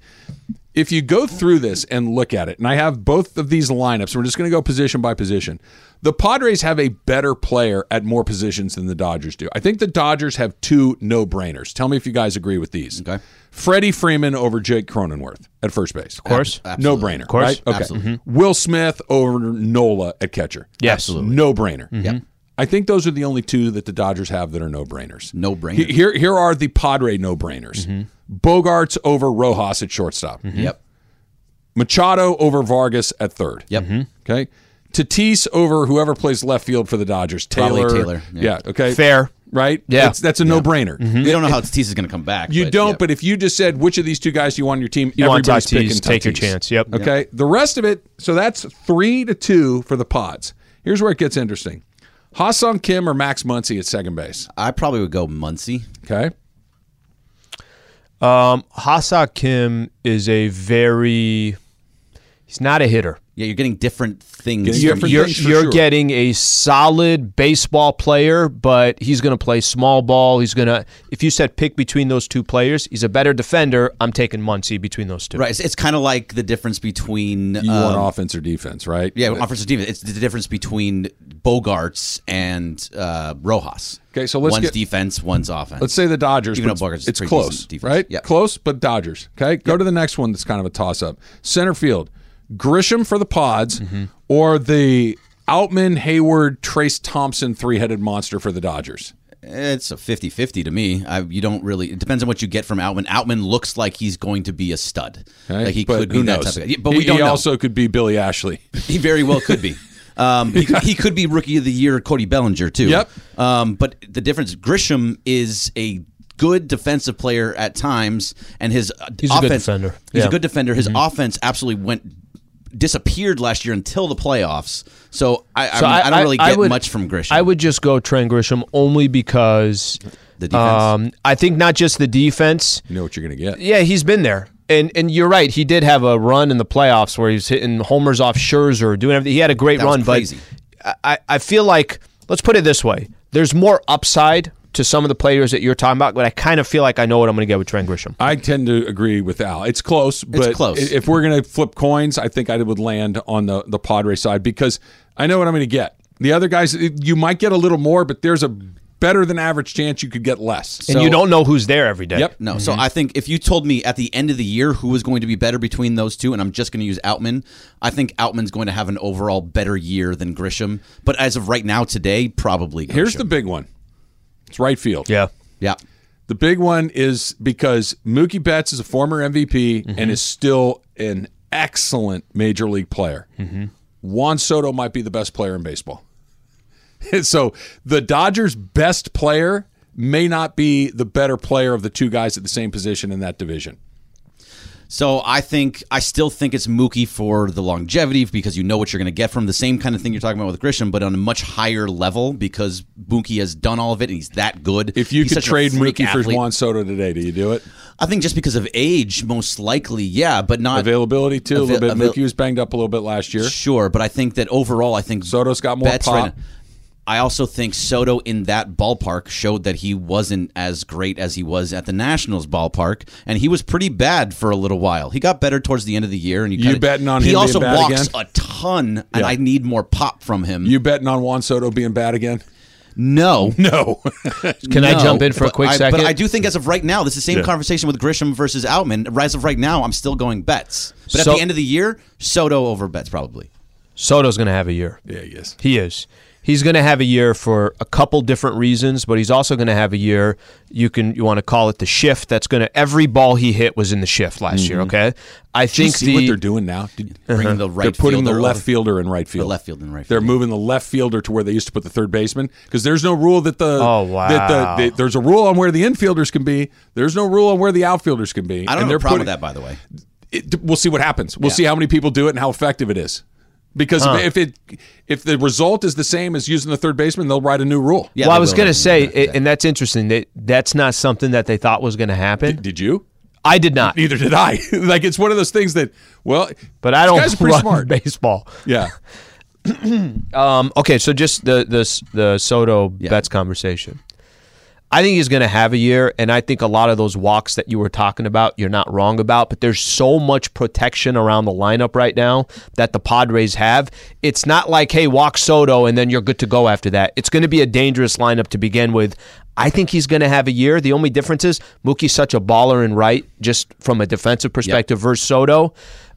Speaker 1: if you go through this and look at it, and I have both of these lineups, we're just going to go position by position. The Padres have a better player at more positions than the Dodgers do. I think the Dodgers have two no-brainers. Tell me if you guys agree with these.
Speaker 2: Okay.
Speaker 1: Freddie Freeman over Jake Cronenworth at first base. Of
Speaker 3: course.
Speaker 1: No brainer. Of
Speaker 3: course.
Speaker 1: Right? Okay. Mm-hmm.
Speaker 2: Absolutely.
Speaker 1: Will Smith over Nola at catcher.
Speaker 3: Yes. Mm-hmm.
Speaker 2: Absolutely.
Speaker 1: No brainer. I think those are the only two that the Dodgers have that are no brainers.
Speaker 2: No brainer.
Speaker 1: Here, here are the Padre no brainers
Speaker 3: Mm-hmm.
Speaker 1: Bogarts over Rojas at shortstop,
Speaker 2: Yep.
Speaker 1: Machado over Vargas at third.
Speaker 2: Yep.
Speaker 3: Mm-hmm.
Speaker 1: Okay. Tatis over whoever plays left field for the Dodgers.
Speaker 2: Probably
Speaker 1: Taylor.
Speaker 2: Taylor,
Speaker 1: Yeah.
Speaker 2: yeah.
Speaker 1: okay.
Speaker 3: Fair.
Speaker 1: Right?
Speaker 3: Yeah. Mm-hmm.
Speaker 1: That's, that's a no brainer.
Speaker 2: We don't know how Tatis is going to come back.
Speaker 1: You don't,
Speaker 2: yeah.
Speaker 1: but if you just said which of these two guys do you want on your team,
Speaker 3: You want
Speaker 1: everybody's
Speaker 3: Tatis,
Speaker 1: picking
Speaker 3: take your
Speaker 1: Tatis.
Speaker 3: chance. Yep.
Speaker 1: Okay. The rest of it, so that's three to two for the pods. Here's where it gets interesting. Hassan Kim or Max Muncy at second base.
Speaker 2: I probably would go Muncie.
Speaker 1: Okay.
Speaker 3: Um, Hasa Kim is a very. He's not a hitter.
Speaker 2: Yeah, you're getting different things.
Speaker 1: Getting different
Speaker 2: from each-
Speaker 3: You're,
Speaker 1: things for
Speaker 3: you're
Speaker 1: sure.
Speaker 3: getting a solid baseball player, but he's going to play small ball. He's going to. If you said pick between those two players, he's a better defender. I'm taking Muncie between those two.
Speaker 2: Right. It's, it's kind of like the difference between.
Speaker 1: You
Speaker 2: um,
Speaker 1: want offense or defense, right?
Speaker 2: yeah, offensive defense. It's the difference between Bogarts and uh, Rojas.
Speaker 1: Okay, so let's
Speaker 2: one's
Speaker 1: get-
Speaker 2: defense, one's offense.
Speaker 1: Let's say the Dodgers.
Speaker 2: Even
Speaker 1: but
Speaker 2: though Bogarts
Speaker 1: it's,
Speaker 2: is
Speaker 1: it's
Speaker 2: pretty
Speaker 1: close,
Speaker 2: decent defense.
Speaker 1: right?
Speaker 2: Yeah.
Speaker 1: Close, but Dodgers. Okay, go to the next one. That's kind of a toss-up. Center field, Grisham for the Pods,
Speaker 2: Mm-hmm.
Speaker 1: or the Outman, Hayward, Trace Thompson three-headed monster for the Dodgers.
Speaker 2: It's a 50-50 to me. I, you don't really. It depends on what you get from Outman. Outman looks like he's going to be a stud.
Speaker 1: Okay?
Speaker 2: Like he
Speaker 1: But
Speaker 2: could
Speaker 1: who
Speaker 2: be that
Speaker 1: knows?
Speaker 2: type of guy. Yeah, But we
Speaker 1: he,
Speaker 2: don't
Speaker 1: he
Speaker 2: know.
Speaker 1: also could be Billy Ashley.
Speaker 2: He very well could be. Um, he, could, he could be rookie of the year, Cody Bellinger too.
Speaker 1: Yep.
Speaker 2: Um, but the difference, Grisham is a good defensive player at times, and his uh,
Speaker 3: He's a
Speaker 2: offense,
Speaker 3: good defender.
Speaker 2: He's
Speaker 3: Yeah. Mm-hmm.
Speaker 2: a good defender. His offense absolutely went disappeared last year until the playoffs. So I, I,
Speaker 3: So
Speaker 2: mean, I, don't really get
Speaker 3: would-
Speaker 2: much from Grisham.
Speaker 3: I would just go Trent Grisham only because
Speaker 2: the defense.
Speaker 3: um, I think not just the defense.
Speaker 1: You know what you're going to get.
Speaker 3: Yeah, he's been there. And and you're right. He did have a run in the playoffs where he was hitting homers off Scherzer, doing everything. He had a great
Speaker 2: That was
Speaker 3: run,
Speaker 2: crazy.
Speaker 3: but I, I feel like let's put it this way: there's more upside to some of the players that you're talking about, but I kind of feel like I know what I'm going to get with Trent Grisham.
Speaker 1: I tend to agree with Al. It's close, but
Speaker 2: close.
Speaker 1: i- if we're going to flip coins, I think I would land on the the Padre side because I know what I'm going to get. The other guys, it- you might get a little more, but there's a better than average chance you could get less.
Speaker 3: and you don't know who's there every day.
Speaker 1: Yep.
Speaker 2: No, so I think if you told me at the end of the year who was going to be better between those two, and I'm just going to use Outman, I think Outman's going to have an overall better year than Grisham. But as of right now, today, probably. Grisham.
Speaker 1: Here's the big one. It's right field.
Speaker 3: Yeah.
Speaker 2: yeah.
Speaker 1: The big one is because Mookie Betts is a former MVP and is still an excellent major league player. Juan Soto might be the best player in baseball. so the Dodgers' best player may not be the better player of the two guys at the same position in that division.
Speaker 2: So I think I still think it's Mookie for the longevity because you know what you're going to get from the same kind of thing you're talking about with Grisham, but on a much higher level because Mookie has done all of it and he's that good.
Speaker 1: If you
Speaker 2: He's
Speaker 1: could
Speaker 2: such a
Speaker 1: trade
Speaker 2: freak
Speaker 1: Mookie for
Speaker 2: athlete.
Speaker 1: Juan Soto today, do you do it?
Speaker 2: I think just because of age, most likely, yeah, but not
Speaker 1: Availability too, a
Speaker 2: Uh, Avail-
Speaker 1: little bit.
Speaker 2: avail-
Speaker 1: Mookie was banged up a little bit last year.
Speaker 2: Sure, but I think that overall, I think
Speaker 1: Soto's got more
Speaker 2: Betts
Speaker 1: pop.
Speaker 2: now- I also think Soto in that ballpark showed that he wasn't as great as he was at the Nationals ballpark, and he was pretty bad for a little while. He got better towards the end of the year, and you,
Speaker 1: You
Speaker 2: kinda-
Speaker 1: betting on
Speaker 2: he
Speaker 1: him being
Speaker 2: also
Speaker 1: bad
Speaker 2: walks
Speaker 1: again?
Speaker 2: a ton, and
Speaker 1: Yeah.
Speaker 2: I need more pop from him.
Speaker 1: You betting on Juan Soto being bad again?
Speaker 2: no,
Speaker 1: No.
Speaker 3: Can I jump in for a
Speaker 2: but
Speaker 3: quick
Speaker 2: I-
Speaker 3: second?
Speaker 2: But I do think as of right now, this is the same
Speaker 1: Yeah.
Speaker 2: conversation with Grisham versus Outman. As of right now, I'm still going bets, but
Speaker 3: So-
Speaker 2: at the end of the year, Soto over bets probably.
Speaker 3: Soto's going to have a year.
Speaker 1: yeah, he is.
Speaker 3: He is. He's going to have a year for a couple different reasons, but he's also going to have a year. You can you want to call it the shift. That's going to every ball he hit was in the shift last year. Okay, I
Speaker 1: Do you
Speaker 3: think
Speaker 1: Mm-hmm. see
Speaker 3: the
Speaker 1: what they're doing now? Did-
Speaker 2: Bringing the right,
Speaker 1: Uh-huh. they're putting the
Speaker 2: fielder
Speaker 1: left
Speaker 2: over-
Speaker 1: fielder in right field.
Speaker 2: left field and right
Speaker 1: They're
Speaker 2: field.
Speaker 1: moving the left fielder to where they used to put the third baseman because there's no rule that the
Speaker 3: Oh,
Speaker 1: that
Speaker 3: wow.
Speaker 1: the, that there's a rule on where the infielders can be. There's no rule on where the outfielders can be.
Speaker 2: I
Speaker 1: and
Speaker 2: don't have
Speaker 1: they're
Speaker 2: a problem
Speaker 1: putting-
Speaker 2: with that, by the way.
Speaker 1: it, we'll see what happens. We'll see how many people do it and how effective it is. Because if it if the result is the same as using the third baseman, they'll write a new rule.
Speaker 2: Yeah,
Speaker 3: well, I
Speaker 2: they
Speaker 3: was
Speaker 2: will.
Speaker 3: going to say,
Speaker 2: Yeah,
Speaker 3: it- and that's interesting. That that's not something that they thought was going to happen.
Speaker 1: Did you?
Speaker 3: I did not,
Speaker 1: Neither did I. like it's one of those things that well,
Speaker 3: but I
Speaker 1: these
Speaker 3: don't
Speaker 1: guys are pretty
Speaker 3: run
Speaker 1: smart.
Speaker 3: baseball.
Speaker 1: Yeah,
Speaker 3: Um, okay, so just the the the Soto bets conversation. I think he's going to have a year, and I think a lot of those walks that you were talking about, you're not wrong about. But there's so much protection around the lineup right now that the Padres have. It's not like, hey, walk Soto, and then you're good to go after that. It's going to be a dangerous lineup to begin with. I think he's going to have a year. The only difference is Mookie's such a baller and right, just from a defensive perspective versus Soto.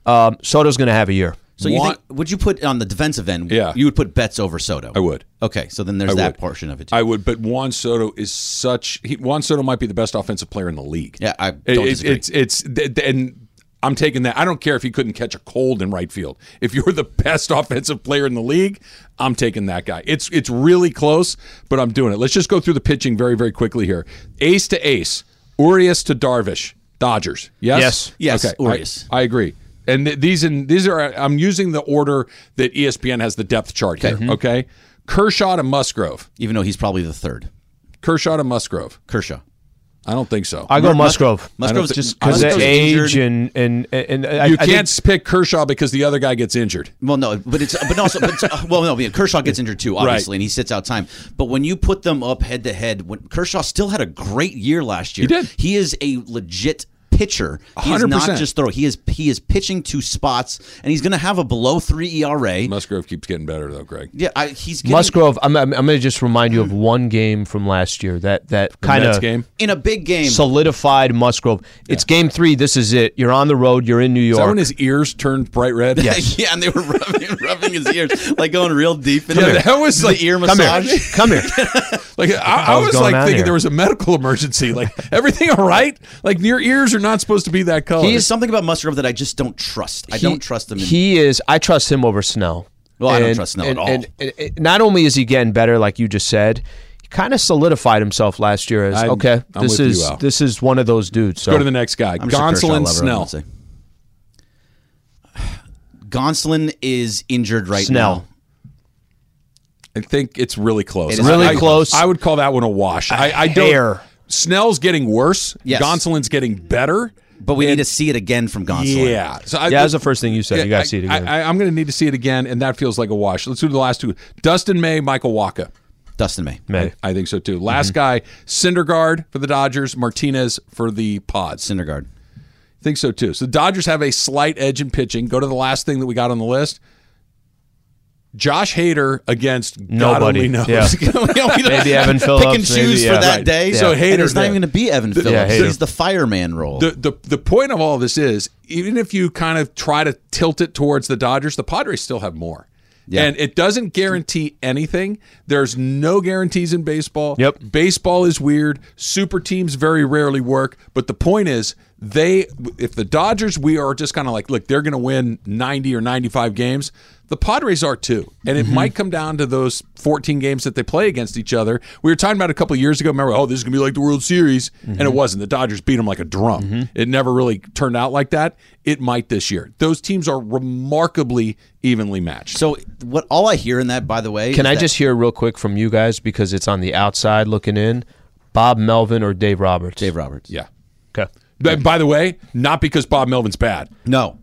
Speaker 3: Um, Soto's going to have a year.
Speaker 2: So you
Speaker 1: Want-
Speaker 2: think would you put on the defensive end?
Speaker 1: Yeah.
Speaker 2: you would put Betts over Soto.
Speaker 1: I would.
Speaker 2: Okay, so then there's
Speaker 1: I
Speaker 2: that
Speaker 1: would.
Speaker 2: portion of it. Too.
Speaker 1: I would, but Juan Soto is such. He, Juan Soto might be the best offensive player in the league.
Speaker 2: Yeah, I
Speaker 1: It-
Speaker 2: don't
Speaker 1: it-
Speaker 2: disagree.
Speaker 1: It's it's th- th- and I'm taking that. I don't care if he couldn't catch a cold in right field. If you're the best offensive player in the league, I'm taking that guy. It's it's really close, but I'm doing it. Let's just go through the pitching very very quickly here. Ace to ace, Urias to Darvish, Dodgers. Yes,
Speaker 3: Yes.
Speaker 2: Yes,
Speaker 1: Okay,
Speaker 2: Urias.
Speaker 1: I, I agree. And th- these in these are I'm using the order that E ESPN has the depth chart here.
Speaker 2: Mm-hmm.
Speaker 1: Okay, Kershaw to Musgrove.
Speaker 2: Even though he's probably the third,
Speaker 1: Kershaw to Musgrove.
Speaker 2: Kershaw.
Speaker 1: I don't think so.
Speaker 3: I go Musgrove.
Speaker 2: Musgrove's
Speaker 1: think-
Speaker 2: just
Speaker 1: I don't
Speaker 3: because
Speaker 1: think
Speaker 3: of
Speaker 2: Musgrove's
Speaker 3: age
Speaker 2: injured.
Speaker 3: and and and, and I,
Speaker 1: you
Speaker 3: I
Speaker 1: can't
Speaker 3: think,
Speaker 1: pick Kershaw because the other guy gets injured.
Speaker 2: Well, no, but it's but also but it's, uh, well, no, yeah, Kershaw gets injured too, obviously,
Speaker 1: Right.
Speaker 2: and he sits out time. But when you put them up head to head, when Kershaw still had a great year last year, he
Speaker 1: did.
Speaker 2: He is a legit pitcher. He is not
Speaker 1: 100%.
Speaker 2: just throw. He is he is pitching to spots, and he's going to have a below three ERA.
Speaker 1: Musgrove keeps getting better though, Greg.
Speaker 2: yeah, I, he's getting,
Speaker 3: Musgrove. I'm, I'm, I'm going to just remind you of one game from last year that that kind
Speaker 1: Mets
Speaker 3: of
Speaker 1: game.
Speaker 2: in a big game.
Speaker 3: solidified Musgrove. It's game three. This is it. You're on the road. You're in New
Speaker 1: Is that
Speaker 3: York.
Speaker 1: when his ears turned bright red? Yes.
Speaker 2: yeah, and they were rubbing, rubbing his ears, like going real deep. Into
Speaker 1: Yeah,
Speaker 2: the-
Speaker 1: that was
Speaker 2: the
Speaker 1: like-
Speaker 2: ear
Speaker 1: come
Speaker 3: Come
Speaker 2: massage.
Speaker 3: here. Come here.
Speaker 1: Like I, I
Speaker 3: How's
Speaker 1: was
Speaker 3: going
Speaker 1: like
Speaker 3: on
Speaker 1: thinking
Speaker 3: here?
Speaker 1: there was a medical emergency. Like everything all right? Like your ears are not supposed to be that color.
Speaker 2: There's something about Musgrove that I just don't trust. I
Speaker 3: He-
Speaker 2: don't trust him. In,
Speaker 3: He is. I trust him over Snell.
Speaker 2: Well, I don't trust Snell at all.
Speaker 3: And, and- and not only is he getting better, like you just said, he kind of solidified himself last year as
Speaker 1: I'm-
Speaker 3: okay.
Speaker 1: I'm
Speaker 3: this
Speaker 1: with you,
Speaker 3: is
Speaker 1: Al.
Speaker 3: this is one of those dudes. So
Speaker 1: go to the next guy.
Speaker 2: I'm sure Kershaw
Speaker 1: Gonsolin
Speaker 2: will have everyone
Speaker 1: Snell.
Speaker 2: to say. Gonsolin is injured right
Speaker 3: Snell.
Speaker 2: now.
Speaker 1: I think it's really close.
Speaker 2: It is
Speaker 1: I-
Speaker 2: really
Speaker 1: I-
Speaker 3: close.
Speaker 1: I would call that one a wash. I I
Speaker 3: hair.
Speaker 1: don't. Snell's getting worse.
Speaker 2: Yes.
Speaker 1: Gonsolin's getting better.
Speaker 2: But we need to see it again from Gonsolin.
Speaker 1: Yeah. So I,
Speaker 3: Yeah, that's the first thing you said. you got
Speaker 1: I-
Speaker 3: to see it again.
Speaker 1: I, I, am going to need to see it again, and that feels like a wash. Let's do the last two: Dustin May, Michael Waka.
Speaker 2: Dustin May.
Speaker 3: May. Mm-hmm.
Speaker 1: I think so too. Last guy, Syndergaard for the Dodgers, Martinez for the Pods.
Speaker 2: Syndergaard.
Speaker 1: Think so too. So the Dodgers have a slight edge in pitching. Go to the last thing that we got on the list. Josh Hader against God
Speaker 3: Nobody.
Speaker 1: only knows.
Speaker 3: Yeah.
Speaker 2: maybe
Speaker 3: Evan
Speaker 2: Pick
Speaker 3: Phillips,
Speaker 2: and choose
Speaker 3: maybe, yeah.
Speaker 2: for that
Speaker 1: Right.
Speaker 2: day.
Speaker 1: So
Speaker 2: And
Speaker 1: Hader's
Speaker 2: it's not
Speaker 1: there.
Speaker 2: even going to be Evan Phillips.
Speaker 3: Hader.
Speaker 2: He's the fireman role.
Speaker 1: The, the the point of all this is even if you kind of try to tilt it towards the Dodgers, the Padres still have more. And it doesn't guarantee anything. There's no guarantees in baseball.
Speaker 3: Yep.
Speaker 1: Baseball is weird. Super teams very rarely work. But the point is, they if the Dodgers, we are just kind of like, look, they're going to win 90 or 95 games. The Padres are too. And it might come down to those 14 games that they play against each other. We were talking about a couple of years ago, remember, oh, this is going to be like the World Series. And it wasn't. The Dodgers beat them like a drum. It never really turned out like that. It might this year. Those teams are remarkably evenly matched.
Speaker 2: So what? All I hear in that, by the way,
Speaker 3: Can
Speaker 2: is
Speaker 3: I
Speaker 2: that-
Speaker 3: just hear real quick from you guys because it's on the outside looking in? Bob Melvin or Dave Roberts?
Speaker 2: Dave Roberts?
Speaker 1: yeah.
Speaker 3: Okay.
Speaker 1: But by the way, not because Bob Melvin's bad.
Speaker 2: No.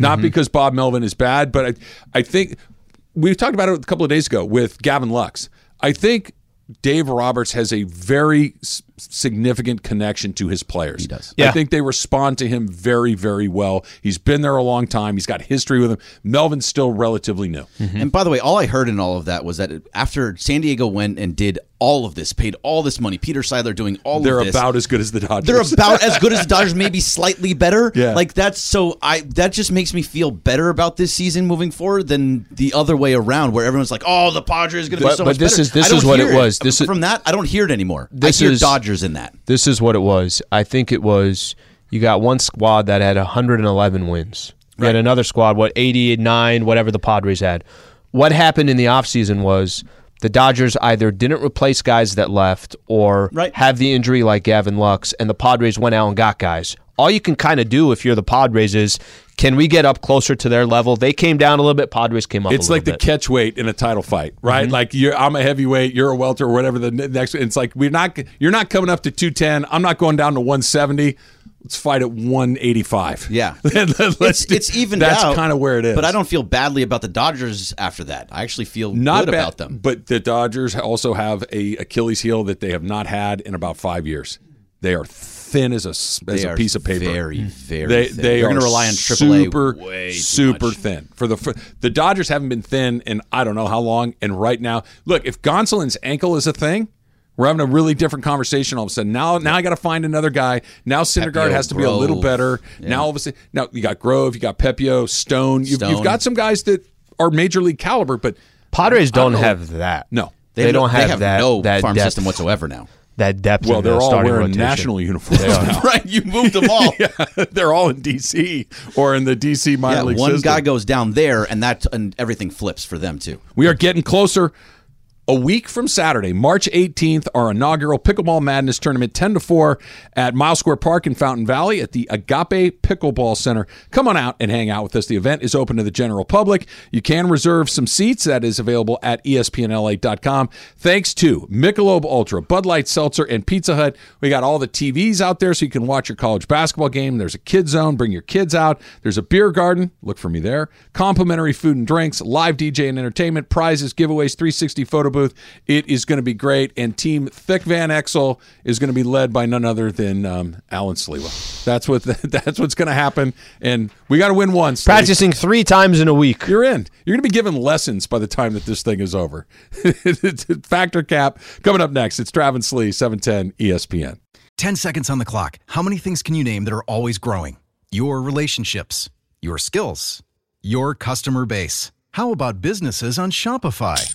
Speaker 1: not because Bob Melvin is bad, but I, I think we talked about it a couple of days ago with Gavin Lux. I think Dave Roberts has a very s- significant connection to his players. He does. I
Speaker 3: Yeah.
Speaker 1: think they respond to him very, very well. He's been there a long time. He's got history with him. Melvin's still relatively new.
Speaker 2: Mm-hmm. And by the way, all I heard in all of that was that after San Diego went and did all of this, paid all this money, Peter Seidler doing all
Speaker 1: They're
Speaker 2: of this.
Speaker 1: about as good as the Dodgers.
Speaker 2: they're about as good as the Dodgers, maybe slightly better.
Speaker 1: Yeah.
Speaker 2: Like that's so I that just makes me feel better about this season moving forward than the other way around, where everyone's like, "Oh, the Padres are going to be
Speaker 3: But-
Speaker 2: so
Speaker 3: but
Speaker 2: much
Speaker 3: this
Speaker 2: better."
Speaker 3: is- this
Speaker 2: I don't
Speaker 3: is what it
Speaker 2: hear
Speaker 3: was. This is-
Speaker 2: from that, I don't hear it anymore.
Speaker 3: This
Speaker 2: I hear
Speaker 3: is-
Speaker 2: Dodgers in that.
Speaker 3: This is what it was. I think it was you got one squad that had 111 wins. You had another squad, what, 89, whatever the Padres had. What happened in the offseason was the Dodgers either didn't replace guys that left or
Speaker 2: Right.
Speaker 3: have the injury like Gavin Lux, and the Padres went out and got guys. All you can kind of do if you're the Padres is can we get up closer to their level? They came down a little bit, Padres came up a
Speaker 1: It's
Speaker 3: little
Speaker 1: like the
Speaker 3: bit.
Speaker 1: catch weight in a title fight, right?
Speaker 2: Mm-hmm.
Speaker 1: Like you're, I'm a heavyweight, you're a welter, or whatever. The n- next, it's like we're not, you're not coming up to 210. I'm not going down to 170. Let's fight at 185.
Speaker 2: Yeah,
Speaker 1: let's.
Speaker 2: it's,
Speaker 1: do-
Speaker 2: it's evened
Speaker 1: That's
Speaker 2: out.
Speaker 1: kind of where it is.
Speaker 2: But I don't feel badly about the Dodgers after that. I actually feel
Speaker 1: not
Speaker 2: good
Speaker 1: bad,
Speaker 2: about them.
Speaker 1: But the Dodgers also have a Achilles heel that they have not had in about five years. They are thin as a s- as
Speaker 2: They
Speaker 1: a
Speaker 2: are
Speaker 1: piece of paper. Mm.
Speaker 2: Very, very.
Speaker 1: They
Speaker 2: thin.
Speaker 1: they
Speaker 2: They're
Speaker 1: are
Speaker 2: gonna rely on AAA
Speaker 1: super
Speaker 2: way too
Speaker 1: super
Speaker 2: much.
Speaker 1: thin for the for, the Dodgers haven't been thin in I don't know how long and right now look if Gonsolin's ankle is a thing we're having a really different conversation all of a sudden now now I got to find another guy now Syndergaard
Speaker 2: Pepio,
Speaker 1: has to be a little
Speaker 2: Grove.
Speaker 1: better now all of a sudden now you got Grove you got Pepio Stone you've, you've
Speaker 2: Stone.
Speaker 1: got some guys that are major league caliber but
Speaker 3: Padres don't
Speaker 1: know.
Speaker 3: have that.
Speaker 1: no
Speaker 3: They, don't have,
Speaker 2: they have
Speaker 3: that,
Speaker 2: no
Speaker 3: that
Speaker 2: farm
Speaker 3: depth,
Speaker 2: system whatsoever now.
Speaker 3: That depth.
Speaker 1: well
Speaker 3: in their
Speaker 1: they're all
Speaker 3: starting
Speaker 1: wearing
Speaker 3: rotation.
Speaker 1: national uniforms now.
Speaker 2: Right, you moved them all.
Speaker 1: they're all in DC or in the DC minor
Speaker 2: Yeah,
Speaker 1: league
Speaker 2: one
Speaker 1: system.
Speaker 2: guy goes down there, and that and everything flips for them too.
Speaker 1: We are getting closer. A week from Saturday, March 18th, our inaugural Pickleball Madness Tournament, 10 to 4 at Mile Square Park in Fountain Valley at the Agape Pickleball Center. Come on out and hang out with us. The event is open to the general public. You can reserve some seats. That is available at E espnla.com. Thanks to Michelob Ultra, Bud Light Seltzer, and Pizza Hut. We got all the TVs out there so you can watch your college basketball game. There's a kid zone. Bring your kids out. There's a beer garden. Look for me there. Complimentary food and drinks, live DJ and entertainment, prizes, giveaways, 360 photo booth. It is going to be great. And Team Thick Van Exel is going to be led by none other than um, Alan Sliwa. That's what that's what's going to happen. And we got to win once.
Speaker 3: practicing three times in a week.
Speaker 1: You're in. You're going to be given lessons by the time that this thing is over. It's Factor cap coming up next. It's Travis Slee, 710 ESPN.
Speaker 6: 10 seconds on the clock. How many things can you name that are always growing? Your relationships, your skills, your customer base. How about businesses on Shopify?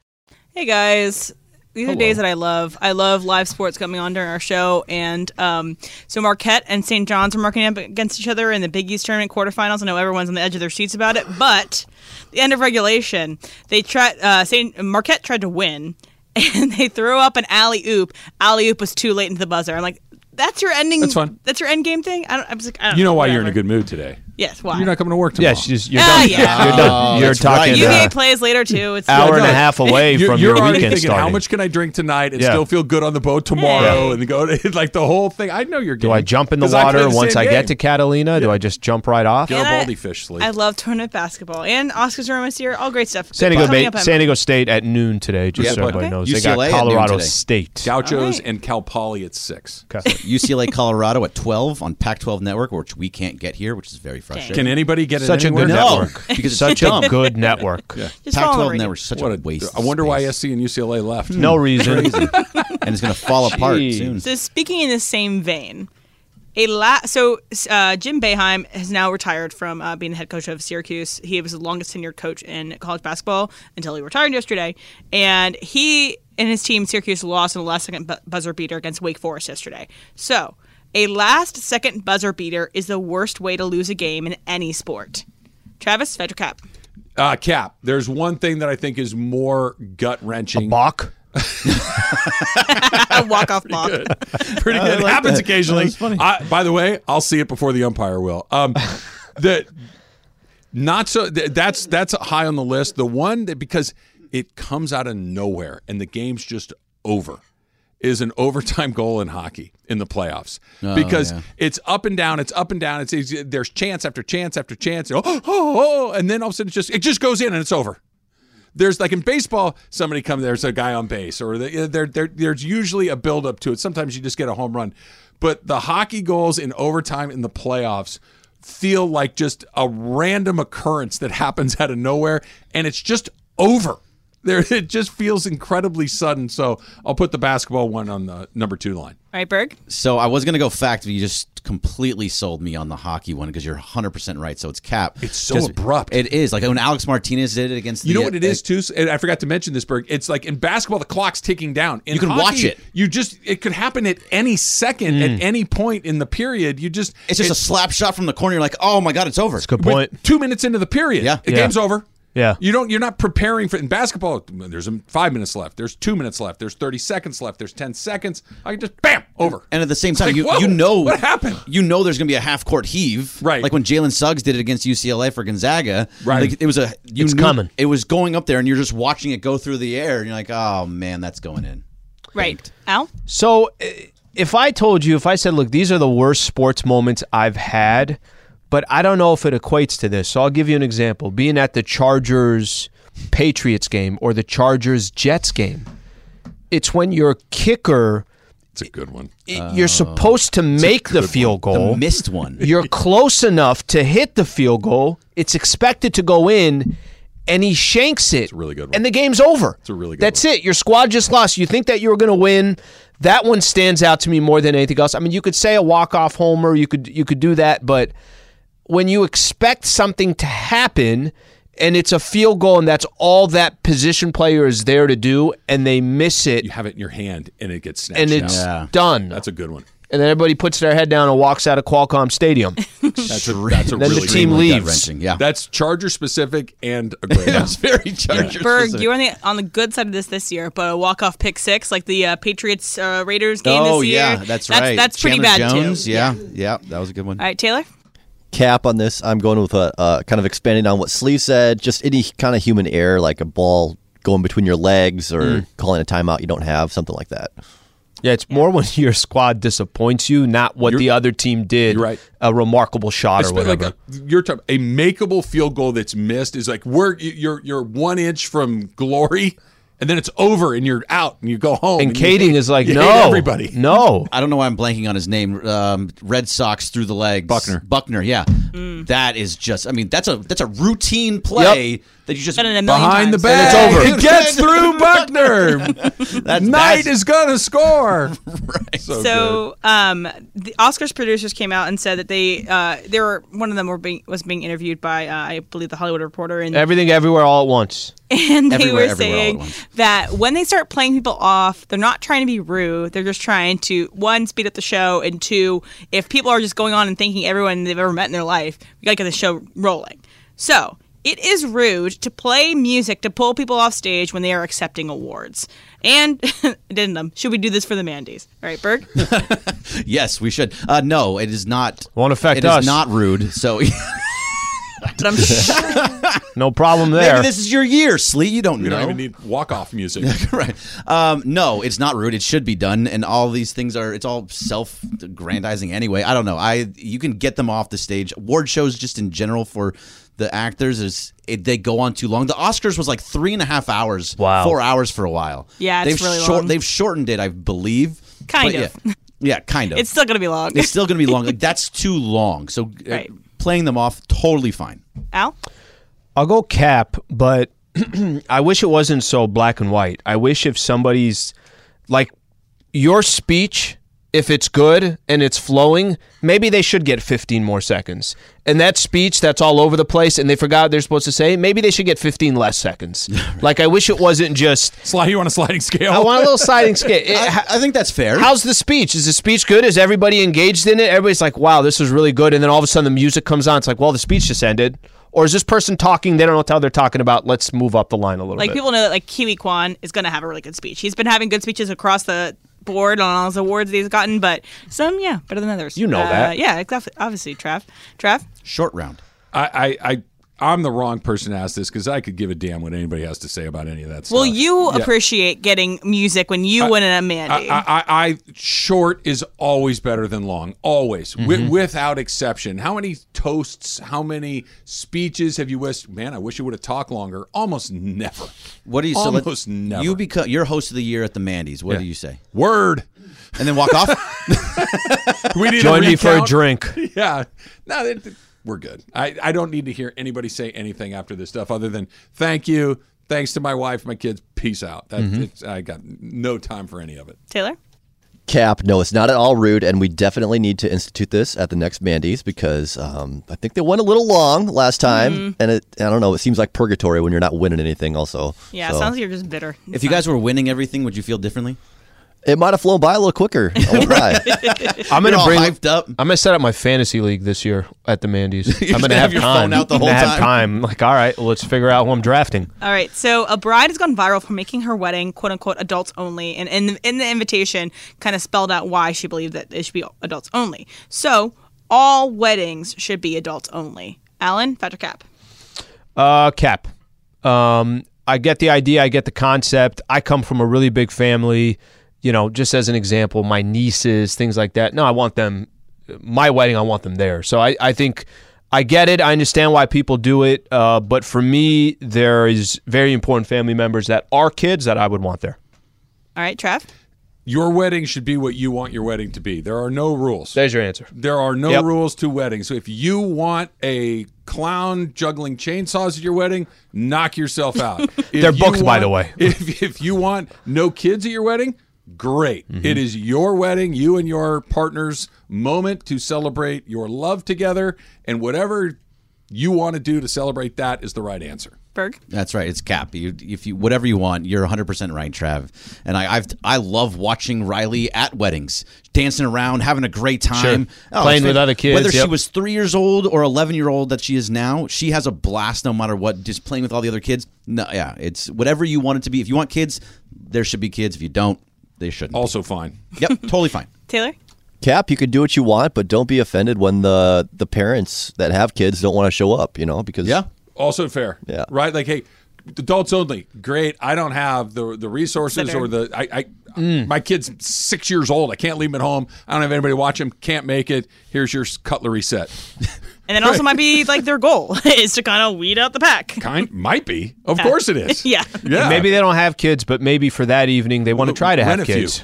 Speaker 4: Hey guys. These are days that I love. I love live sports coming on during our show, and um, so Marquette and St. John's are marking up against each other in the Big East tournament quarterfinals. I know everyone's on the edge of their seats about it, but the end of regulation, they tried. Uh, St. Marquette tried to win, and they threw up an alley oop. Alley oop was too late into the buzzer. I'm like, that's your ending.
Speaker 1: That's fine.
Speaker 4: That's your end game thing. I don't. I was like, I don't
Speaker 1: You know why you're in a
Speaker 4: whatever.
Speaker 1: good mood today.
Speaker 4: Yes, why?
Speaker 1: You're not coming to work tomorrow.
Speaker 3: Yeah, she's you're
Speaker 4: Ah,
Speaker 3: done.
Speaker 4: yeah.
Speaker 3: You're
Speaker 2: Oh,
Speaker 3: done. You're
Speaker 2: that's right.
Speaker 3: talking uh,
Speaker 4: UVA E plays later too. It's
Speaker 3: hour and a
Speaker 1: No,
Speaker 3: half away
Speaker 1: you're,
Speaker 3: from
Speaker 1: you're
Speaker 3: your
Speaker 1: already
Speaker 3: weekend
Speaker 1: thinking,
Speaker 3: starting.
Speaker 1: How much can I drink tonight and
Speaker 3: Yeah.
Speaker 1: still feel good on the boat tomorrow and go and like the whole thing? I know you're.
Speaker 3: Do I jump in the water once I get to Catalina? Do I just jump right off?
Speaker 1: Get a
Speaker 4: And I-
Speaker 1: baldy fish sleep.
Speaker 4: I love tournament basketball and Oscars are on this year. All great stuff.
Speaker 3: San
Speaker 4: Good
Speaker 3: Diego,
Speaker 4: coming
Speaker 3: Ba-
Speaker 4: up, Emma.
Speaker 3: San Diego State at noon today, just
Speaker 1: Yeah,
Speaker 3: so
Speaker 1: but-
Speaker 3: everybody
Speaker 1: Okay.
Speaker 3: knows.
Speaker 2: UCLA
Speaker 3: they
Speaker 2: at
Speaker 3: got
Speaker 2: noon
Speaker 3: Colorado
Speaker 2: today.
Speaker 3: State.
Speaker 1: Gauchos
Speaker 4: Alright.
Speaker 1: and Cal Poly at six.
Speaker 3: Okay.
Speaker 2: UCLA Colorado at 12 on Pac 12 Network, which we can't get here, which is very frustrating.
Speaker 1: Can anybody get it
Speaker 3: Such a
Speaker 1: anywhere?
Speaker 3: good
Speaker 2: No,
Speaker 3: network.
Speaker 2: because it's
Speaker 3: Such
Speaker 2: dumb.
Speaker 3: a good network.
Speaker 4: Just
Speaker 2: Pac
Speaker 4: follow
Speaker 2: 12
Speaker 4: the
Speaker 2: Network is such
Speaker 1: What
Speaker 2: a
Speaker 1: a,
Speaker 2: waste.
Speaker 1: I wonder why
Speaker 2: SC
Speaker 1: SC and UCLA left.
Speaker 3: No reason.
Speaker 2: and it's going to fall apart
Speaker 3: Jeez.
Speaker 2: soon.
Speaker 4: So speaking in the same vein, a la- so uh, Jim Beheim has now retired from uh, being the head coach of Syracuse. He was the longest tenured coach in college basketball until he retired yesterday, and he and his team Syracuse lost in the last second bu- buzzer beater against Wake Forest yesterday. So a last second buzzer beater is the worst way to lose a game in any sport. Travis, fetch your cap.
Speaker 1: Uh, Cap, there's one thing that I think is more gut wrenching.
Speaker 3: Bach.
Speaker 4: Walk off block.
Speaker 1: Pretty good. it happens occasionally. I, by the way, I'll see it before the umpire will. Um, the not so th- that's that's high on the list. The one that because it comes out of nowhere and the game's just over is an overtime goal in hockey in the playoffs because
Speaker 2: yeah.
Speaker 1: it's up and down, it's up and down. It's, it's there's chance after chance after chance. Oh, oh, oh, and then all of a sudden it just it just goes in and it's over. There's like in baseball, somebody come there's a guy on base, or the, there, there there's usually a buildup to it. Sometimes you just get a home run, but the hockey goals in overtime in the playoffs feel like just a random occurrence that happens out of nowhere, and it's just over. There, it just feels incredibly sudden. So I'll put the basketball one on the number two line.
Speaker 4: All right, Berg.
Speaker 2: So I was going to go fact, but you just completely sold me on the hockey one because you're 100% right. So it's cap. It's
Speaker 1: so abrupt.
Speaker 2: It is. Like when Alex Martinez did it against
Speaker 1: You
Speaker 2: the.
Speaker 1: know what it is too, and I forgot to mention this, Berg. It's like in basketball, the clock's ticking down. In
Speaker 2: You can
Speaker 1: hockey,
Speaker 2: watch it. Mm.
Speaker 1: You just it could happen at any second, at any point in the period. You just
Speaker 2: It's just a slap shot from the corner. You're like, oh my God, it's over.
Speaker 3: Good
Speaker 1: with
Speaker 3: point.
Speaker 1: two minutes into the period.
Speaker 2: Yeah.
Speaker 1: the
Speaker 2: Yeah.
Speaker 1: game's over.
Speaker 3: Yeah.
Speaker 1: you don't. You're not preparing for in basketball. There's um, five minutes left. There's two minutes left. There's thirty seconds left. There's ten seconds. I just bam over.
Speaker 2: And at the same time,
Speaker 1: like,
Speaker 2: you,
Speaker 1: whoa,
Speaker 2: you know
Speaker 1: what happened?
Speaker 2: You know there's going to be a half court heave,
Speaker 1: Right.
Speaker 2: Like when Jalen Suggs did it against UCLA for Gonzaga,
Speaker 1: Right.
Speaker 2: Like it was a you
Speaker 3: It's
Speaker 2: knew-
Speaker 3: coming.
Speaker 2: It was going up there, and you're just watching it go through the air, and you're like, oh man, that's going in.
Speaker 4: Right, Al.
Speaker 3: So, i- if I told you, if I said, look, these are the worst sports moments I've had, but I don't know if it equates to this. So, I'll give you an example being at the Chargers Patriots game or the Chargers Jets game. It's when your kicker,
Speaker 1: It's a good one.
Speaker 3: i- you're supposed to make the field goal.
Speaker 2: The missed one.
Speaker 3: you're close enough to hit the field goal. It's expected to go in, and he shanks it. It's a
Speaker 1: really good one.
Speaker 3: And the game's over. It's
Speaker 1: a really good
Speaker 3: That's it. Your squad just lost. You think that you were going to win. That one stands out to me more than anything else. I mean, you could say a walk off homer. You could you could do that, but when you expect something to happen. And it's a field goal, and that's all that position player is there to do, and they miss it,
Speaker 1: You have it in your hand, and it gets snatched.
Speaker 3: and it's
Speaker 1: out.
Speaker 3: done.
Speaker 1: that's a good one.
Speaker 3: and then everybody puts their head down and walks out of Qualcomm Stadium.
Speaker 1: That's a, that's a
Speaker 3: Then the
Speaker 1: really
Speaker 3: team
Speaker 1: good one.
Speaker 3: leaves.
Speaker 2: wrenching. Yeah,
Speaker 1: That's Charger specific and a great one.
Speaker 2: It's very Chargers.
Speaker 4: Berg, you were on the on the good side of this this year, but a walk off pick six, like the uh, Patriots uh, Raiders game
Speaker 2: Oh
Speaker 4: this year.
Speaker 2: yeah, that's right.
Speaker 4: That's, pretty
Speaker 2: Chandler
Speaker 4: bad
Speaker 2: Jones,
Speaker 4: too.
Speaker 2: Yeah, yeah, that was a good one.
Speaker 4: All right, Taylor.
Speaker 5: cap on this. I'm going with a uh, kind of expanding on what Sleeve said. Just any kind of human error, like a ball going between your legs or calling a timeout you don't have, something like that.
Speaker 3: Yeah, it's more when your squad disappoints you, not what the other team did.
Speaker 1: you're right.
Speaker 3: A remarkable shot or
Speaker 1: It's been
Speaker 3: whatever.
Speaker 1: Like a, you're talking a makeable field goal that's missed is like we're you're you're one inch from glory, and then it's over and you're out and you go home.
Speaker 3: and
Speaker 1: you
Speaker 3: Kading
Speaker 1: hate-
Speaker 3: is like,
Speaker 1: you
Speaker 3: no,
Speaker 1: hate everybody.
Speaker 3: no.
Speaker 2: I don't know why I'm blanking on his name. Um, Red Sox through the legs.
Speaker 1: Buckner.
Speaker 2: Buckner. Yeah,
Speaker 4: Mm.
Speaker 2: that is just. I mean, that's a that's a routine play that you just
Speaker 4: Done it a million
Speaker 1: Behind the
Speaker 4: times.
Speaker 1: bag,
Speaker 2: And it's over.
Speaker 1: It gets through Buckner.
Speaker 2: That's,
Speaker 1: Knight
Speaker 2: that's-
Speaker 1: is gonna score. So, good.
Speaker 4: So, um, the Oscars producers came out and said that they uh, they were one of them were being was being interviewed by uh, I believe the Hollywood Reporter and
Speaker 3: Everything everywhere all at once.
Speaker 4: and they
Speaker 2: Everywhere,
Speaker 4: were
Speaker 2: everywhere, all at
Speaker 4: saying
Speaker 2: once.
Speaker 4: that when they start playing people off, they're not trying to be rude. They're just trying to one speed up the show, and two, if people are just going on and thanking everyone they've ever met in their life, we gotta get the show rolling. So it is rude to play music to pull people off stage when they are accepting awards. And addendum, should we do this for the Mandy's? All right, Berg.
Speaker 2: Yes, we should. Uh, no, it is not.
Speaker 3: Won't affect
Speaker 2: it is
Speaker 3: us.
Speaker 2: not rude. So
Speaker 4: but I'm sure
Speaker 3: No problem there.
Speaker 2: Maybe this is your year, Slee. You don't
Speaker 1: We
Speaker 2: know.
Speaker 1: don't even need walk off music.
Speaker 2: right. Um, no, it's not rude. It should be done, and all these things are. It's all self-aggrandizing anyway. I don't know. I you can get them off the stage. Award shows, just in general, for the actors is it, they go on too long. The Oscars was like three and a half hours,
Speaker 3: Wow.
Speaker 2: four hours for a while.
Speaker 4: Yeah, it's
Speaker 2: they've
Speaker 4: really long.
Speaker 2: They've shortened it, I believe.
Speaker 4: Kind
Speaker 2: But
Speaker 4: of.
Speaker 2: Yeah, yeah, kind of.
Speaker 4: it's still gonna be long.
Speaker 2: it's still going to be long. Like, that's too long. So uh,
Speaker 4: Right.
Speaker 2: playing them off, totally fine.
Speaker 4: Al,
Speaker 3: I'll go cap, but I wish it wasn't so black and white. I wish if somebody's like your speech, if it's good and it's flowing, maybe they should get 15 more seconds. And that speech that's all over the place and they forgot what they're supposed to say, maybe they should get 15 less seconds. like I wish it wasn't just
Speaker 1: Slide you on a sliding scale.
Speaker 3: I want a little siding skate. It-
Speaker 2: I, I think that's fair.
Speaker 3: How's the speech? Is the speech good? Is everybody engaged in it? Everybody's like, wow, this is really good. And then all of a sudden the music comes on. It's like, well, the speech just ended. Or is this person talking? They don't know what the hell they're talking about. Let's move up the line a little
Speaker 4: like
Speaker 3: bit.
Speaker 4: people know that like Kiwi Kwan is gonna have a really good speech. He's been having good speeches across the board on all his awards that he's gotten, but some yeah, better than others.
Speaker 3: You know
Speaker 4: Uh,
Speaker 3: that.
Speaker 4: yeah, exactly. Obviously, Trav, Trav,
Speaker 2: Short round.
Speaker 1: I, I, I, I'm the wrong person to ask this because I could give a damn what anybody has to say about any of that stuff.
Speaker 4: will you appreciate getting music when you win an Mandy?
Speaker 1: I, I, I short is always better than long, always, wi- without exception. How many toasts, how many speeches have you wished? Man, I wish you would have talked longer. Almost never.
Speaker 2: What do you so
Speaker 1: Almost never.
Speaker 2: You become you're host of the year at the Mandy's. What do you say?
Speaker 1: Word.
Speaker 2: And then walk off.
Speaker 1: We need
Speaker 3: Join me for a
Speaker 1: recount.
Speaker 3: drink.
Speaker 1: Yeah, no, it, we're good. I, I don't need to hear anybody say anything after this stuff other than thank you, thanks to my wife, my kids, peace out. That, it's, I got no time for any of it.
Speaker 4: Taylor,
Speaker 5: Cap, no, it's not at all rude, and we definitely need to institute this at the next Mandy's because um, I think they went a little long last time, and it, I don't know, it seems like purgatory when you're not winning anything. Also,
Speaker 4: yeah,
Speaker 5: So,
Speaker 4: sounds like you're just bitter.
Speaker 2: if you guys were winning everything, would you feel differently?
Speaker 5: it might have flown by a little quicker. I won't lie.
Speaker 3: I'm
Speaker 2: You're
Speaker 3: gonna
Speaker 2: all
Speaker 3: bring.
Speaker 2: hyped up.
Speaker 3: I'm gonna set up my fantasy league this year at the Mandy's. I'm
Speaker 2: just
Speaker 3: gonna
Speaker 2: gonna have
Speaker 3: have,
Speaker 2: your
Speaker 3: time.
Speaker 2: phone out the
Speaker 3: I'm
Speaker 2: whole
Speaker 3: gonna
Speaker 2: time.
Speaker 3: have time. Like, all right, well, let's figure out who I'm drafting.
Speaker 4: All right, so a bride has gone viral for making her wedding "quote unquote" adults only, and in the, in the invitation, kind of spelled out why she believed that it should be adults only. So all weddings should be adults only. Alan, factor cap.
Speaker 3: Uh, Cap. Um, I get the idea. I get the concept. I come from a really big family. You know, just as an example, my nieces, things like that. No, I want them. My wedding, I want them there. So I, I think I get it. I understand why people do it. Uh, but for me, there is very important family members that are kids that I would want there.
Speaker 4: All right, Trav.
Speaker 1: Your wedding should be what you want your wedding to be. There are no rules.
Speaker 3: There's your answer.
Speaker 1: There are no
Speaker 3: Yep.
Speaker 1: rules to weddings. So if you want a clown juggling chainsaws at your wedding, knock yourself out. If
Speaker 3: They're
Speaker 1: you
Speaker 3: booked, by the
Speaker 1: want-
Speaker 3: way.
Speaker 1: If, if you want no kids at your wedding, great.
Speaker 3: Mm-hmm.
Speaker 1: It is your wedding, you and your partner's moment to celebrate your love together, and whatever you want to do to celebrate that is the right answer.
Speaker 4: Berg.
Speaker 2: That's right. It's cap. You, if you whatever you want, you're 100 percent right, Trav. And I, I've I love watching Riley at weddings, dancing around, having a great time, Oh,
Speaker 3: Sure. Playing
Speaker 2: it's
Speaker 3: with
Speaker 2: fan-
Speaker 3: other kids,
Speaker 2: Whether she
Speaker 3: yep.
Speaker 2: was three years old or 11 year old that she is now, she has a blast no matter what. Just playing with all the other kids. No, yeah, it's whatever you want it to be. If you want kids, there should be kids. If you don't, they shouldn't.
Speaker 1: Also fine.
Speaker 2: Yep, totally fine.
Speaker 4: Taylor.
Speaker 5: Cap, you can do what you want, but don't be offended when the the parents that have kids don't want to show up. You know, because
Speaker 2: Yeah.
Speaker 1: Also fair.
Speaker 5: Yeah.
Speaker 1: Right? Like, hey, adults only. Great. I don't have the the resources
Speaker 4: Better.
Speaker 1: or the I, I
Speaker 3: Mm.
Speaker 1: my kid's six years old. I can't leave him at home. I don't have anybody to watch him. Can't make it. Here's your cutlery set.
Speaker 4: And then also might be like their goal is to kind of weed out the pack.
Speaker 1: Kind might be. Of course it is.
Speaker 4: Yeah.
Speaker 1: Yeah.
Speaker 3: Maybe they don't have kids, but maybe for that evening they want to try to
Speaker 1: Rent
Speaker 3: have
Speaker 1: a few.
Speaker 3: kids.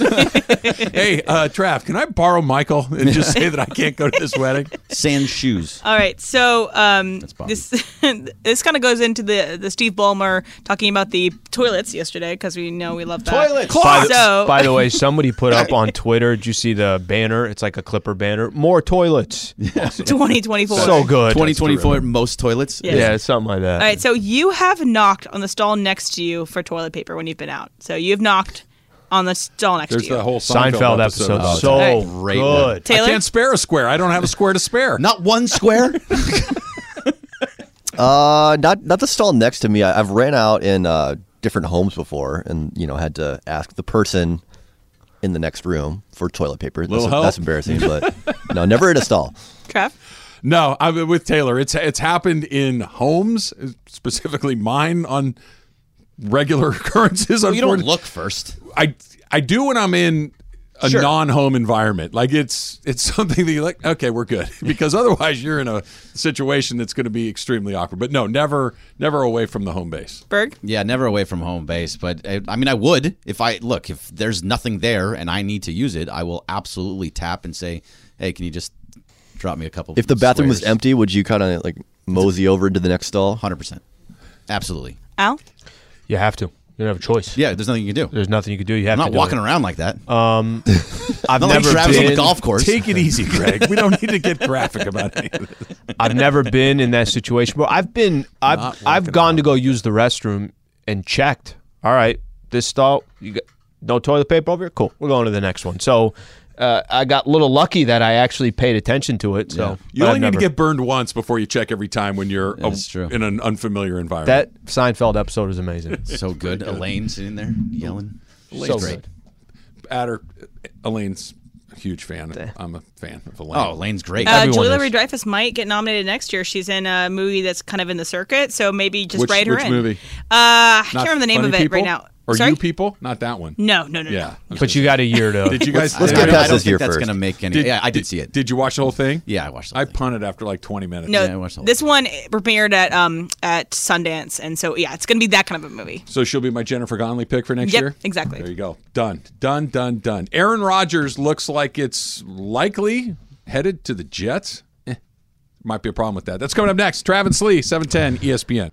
Speaker 1: Hey, uh, Trav, can I borrow Michael and just say that I can't go to this wedding?
Speaker 2: Sand shoes.
Speaker 4: All right, so um,
Speaker 2: Bobby.
Speaker 4: this this kind of goes into the the Steve Ballmer talking about the toilets yesterday because we know we love that.
Speaker 2: Toilets!
Speaker 3: By the,
Speaker 4: So
Speaker 3: by the way, somebody put up on Twitter. Did you see the banner? It's like a Clipper banner. More toilets.
Speaker 4: 2024.
Speaker 3: So good.
Speaker 2: 2024 most toilets.
Speaker 4: Yeah.
Speaker 3: Yeah, something like that.
Speaker 4: All right, so you have knocked on the stall next to you for toilet paper when you've been out. So you've knocked on the stall next
Speaker 1: There's
Speaker 4: to you.
Speaker 1: the whole Seinfeld,
Speaker 3: Seinfeld
Speaker 1: episode.
Speaker 3: episode. Oh,
Speaker 1: about it.
Speaker 3: So
Speaker 2: Great
Speaker 3: good.
Speaker 1: I
Speaker 4: Taylor,
Speaker 1: can't spare a square. I don't have a square to spare.
Speaker 2: Not one square.
Speaker 5: Uh, not not the stall next to me. I, I've ran out in uh, different homes before, and you know had to ask the person in the next room for toilet paper. That's,
Speaker 1: Little help?
Speaker 5: that's embarrassing, but no, never in a stall.
Speaker 4: Trev,
Speaker 1: No, I'm with Taylor. It's it's happened in homes, specifically mine on regular occurrences.
Speaker 2: Well, you don't
Speaker 1: unfortunately.
Speaker 2: look first.
Speaker 1: I I do when I'm in a
Speaker 2: Sure.
Speaker 1: non-home environment. Like it's it's something that you're like, okay, we're good, because otherwise you're in a situation that's going to be extremely awkward. But no, never never away from the home base.
Speaker 4: Berg.
Speaker 2: Yeah, never away from home base, but uh, I, I mean, I would if I look if there's nothing there and I need to use it, I will absolutely tap and say, "Hey, can you just drop me a couple?"
Speaker 5: If the bathroom was empty, would you kind of like mosey over into the next stall?
Speaker 2: hundred percent, absolutely.
Speaker 4: Al.
Speaker 3: You have to. You don't have a choice.
Speaker 2: Yeah, there's nothing you can do.
Speaker 3: There's nothing you can do. You have
Speaker 2: I'm
Speaker 3: to
Speaker 2: not
Speaker 3: do
Speaker 2: walking
Speaker 3: it.
Speaker 2: around like that.
Speaker 3: I've
Speaker 2: not like
Speaker 3: never
Speaker 2: Travis
Speaker 3: been.
Speaker 2: on the golf course.
Speaker 1: Take it easy, Greg. We don't need to get graphic about any of this.
Speaker 3: I've never been in that situation, but I've been. I've I've gone to go use the restroom and checked. All right, this stall. You got no toilet paper over here. Cool. We're going to the next one. So. Uh, I got a little lucky that I actually paid attention to it. So
Speaker 1: You
Speaker 3: but I've
Speaker 1: only need to
Speaker 3: never-
Speaker 1: get burned once before you check every time when you're a-
Speaker 2: That's true.
Speaker 1: in an unfamiliar environment.
Speaker 3: that Seinfeld episode is amazing.
Speaker 2: so good, Elaine sitting there yelling.
Speaker 1: Elaine's
Speaker 2: so
Speaker 1: great.
Speaker 2: great.
Speaker 1: Adder, Elaine's a huge fan. I'm a fan of Elaine.
Speaker 2: Oh, Elaine's great.
Speaker 4: Uh,
Speaker 3: Everyone
Speaker 4: Julia
Speaker 3: is.
Speaker 4: Louis Dreyfus might get nominated next year. She's in a movie that's kind of in the circuit, so maybe just
Speaker 1: which,
Speaker 4: write her
Speaker 1: which
Speaker 4: in.
Speaker 1: movie?
Speaker 4: Uh, I can't
Speaker 1: Not
Speaker 4: remember the name
Speaker 1: Funny
Speaker 4: of it
Speaker 1: People?
Speaker 4: right now.
Speaker 1: Or
Speaker 4: Sorry?
Speaker 1: you people? Not that one.
Speaker 4: No, no, no, no.
Speaker 1: Yeah. I was
Speaker 3: But you got a year to.
Speaker 1: Did you guys?
Speaker 5: let's
Speaker 1: did-
Speaker 5: get
Speaker 2: I,
Speaker 5: past
Speaker 2: I don't
Speaker 5: this year
Speaker 2: think that's
Speaker 5: first.
Speaker 2: gonna make any. yeah, I did see it.
Speaker 1: Did you watch the whole thing?
Speaker 2: Yeah, I watched the
Speaker 1: I
Speaker 2: whole thing.
Speaker 1: punted after like 20 minutes.
Speaker 4: No,
Speaker 2: Yeah, I watched the whole
Speaker 4: this one premiered at um at Sundance, and so yeah, it's gonna be that kind of a movie.
Speaker 1: So she'll be my Jennifer Connelly pick for next
Speaker 4: Yep,
Speaker 1: year?
Speaker 4: exactly.
Speaker 1: There you go. Done. Done, done, done. Aaron Rodgers looks like it's likely headed to the Jets. Eh, might be a problem with that. That's coming up next. Travis Lee, E 710 ESPN.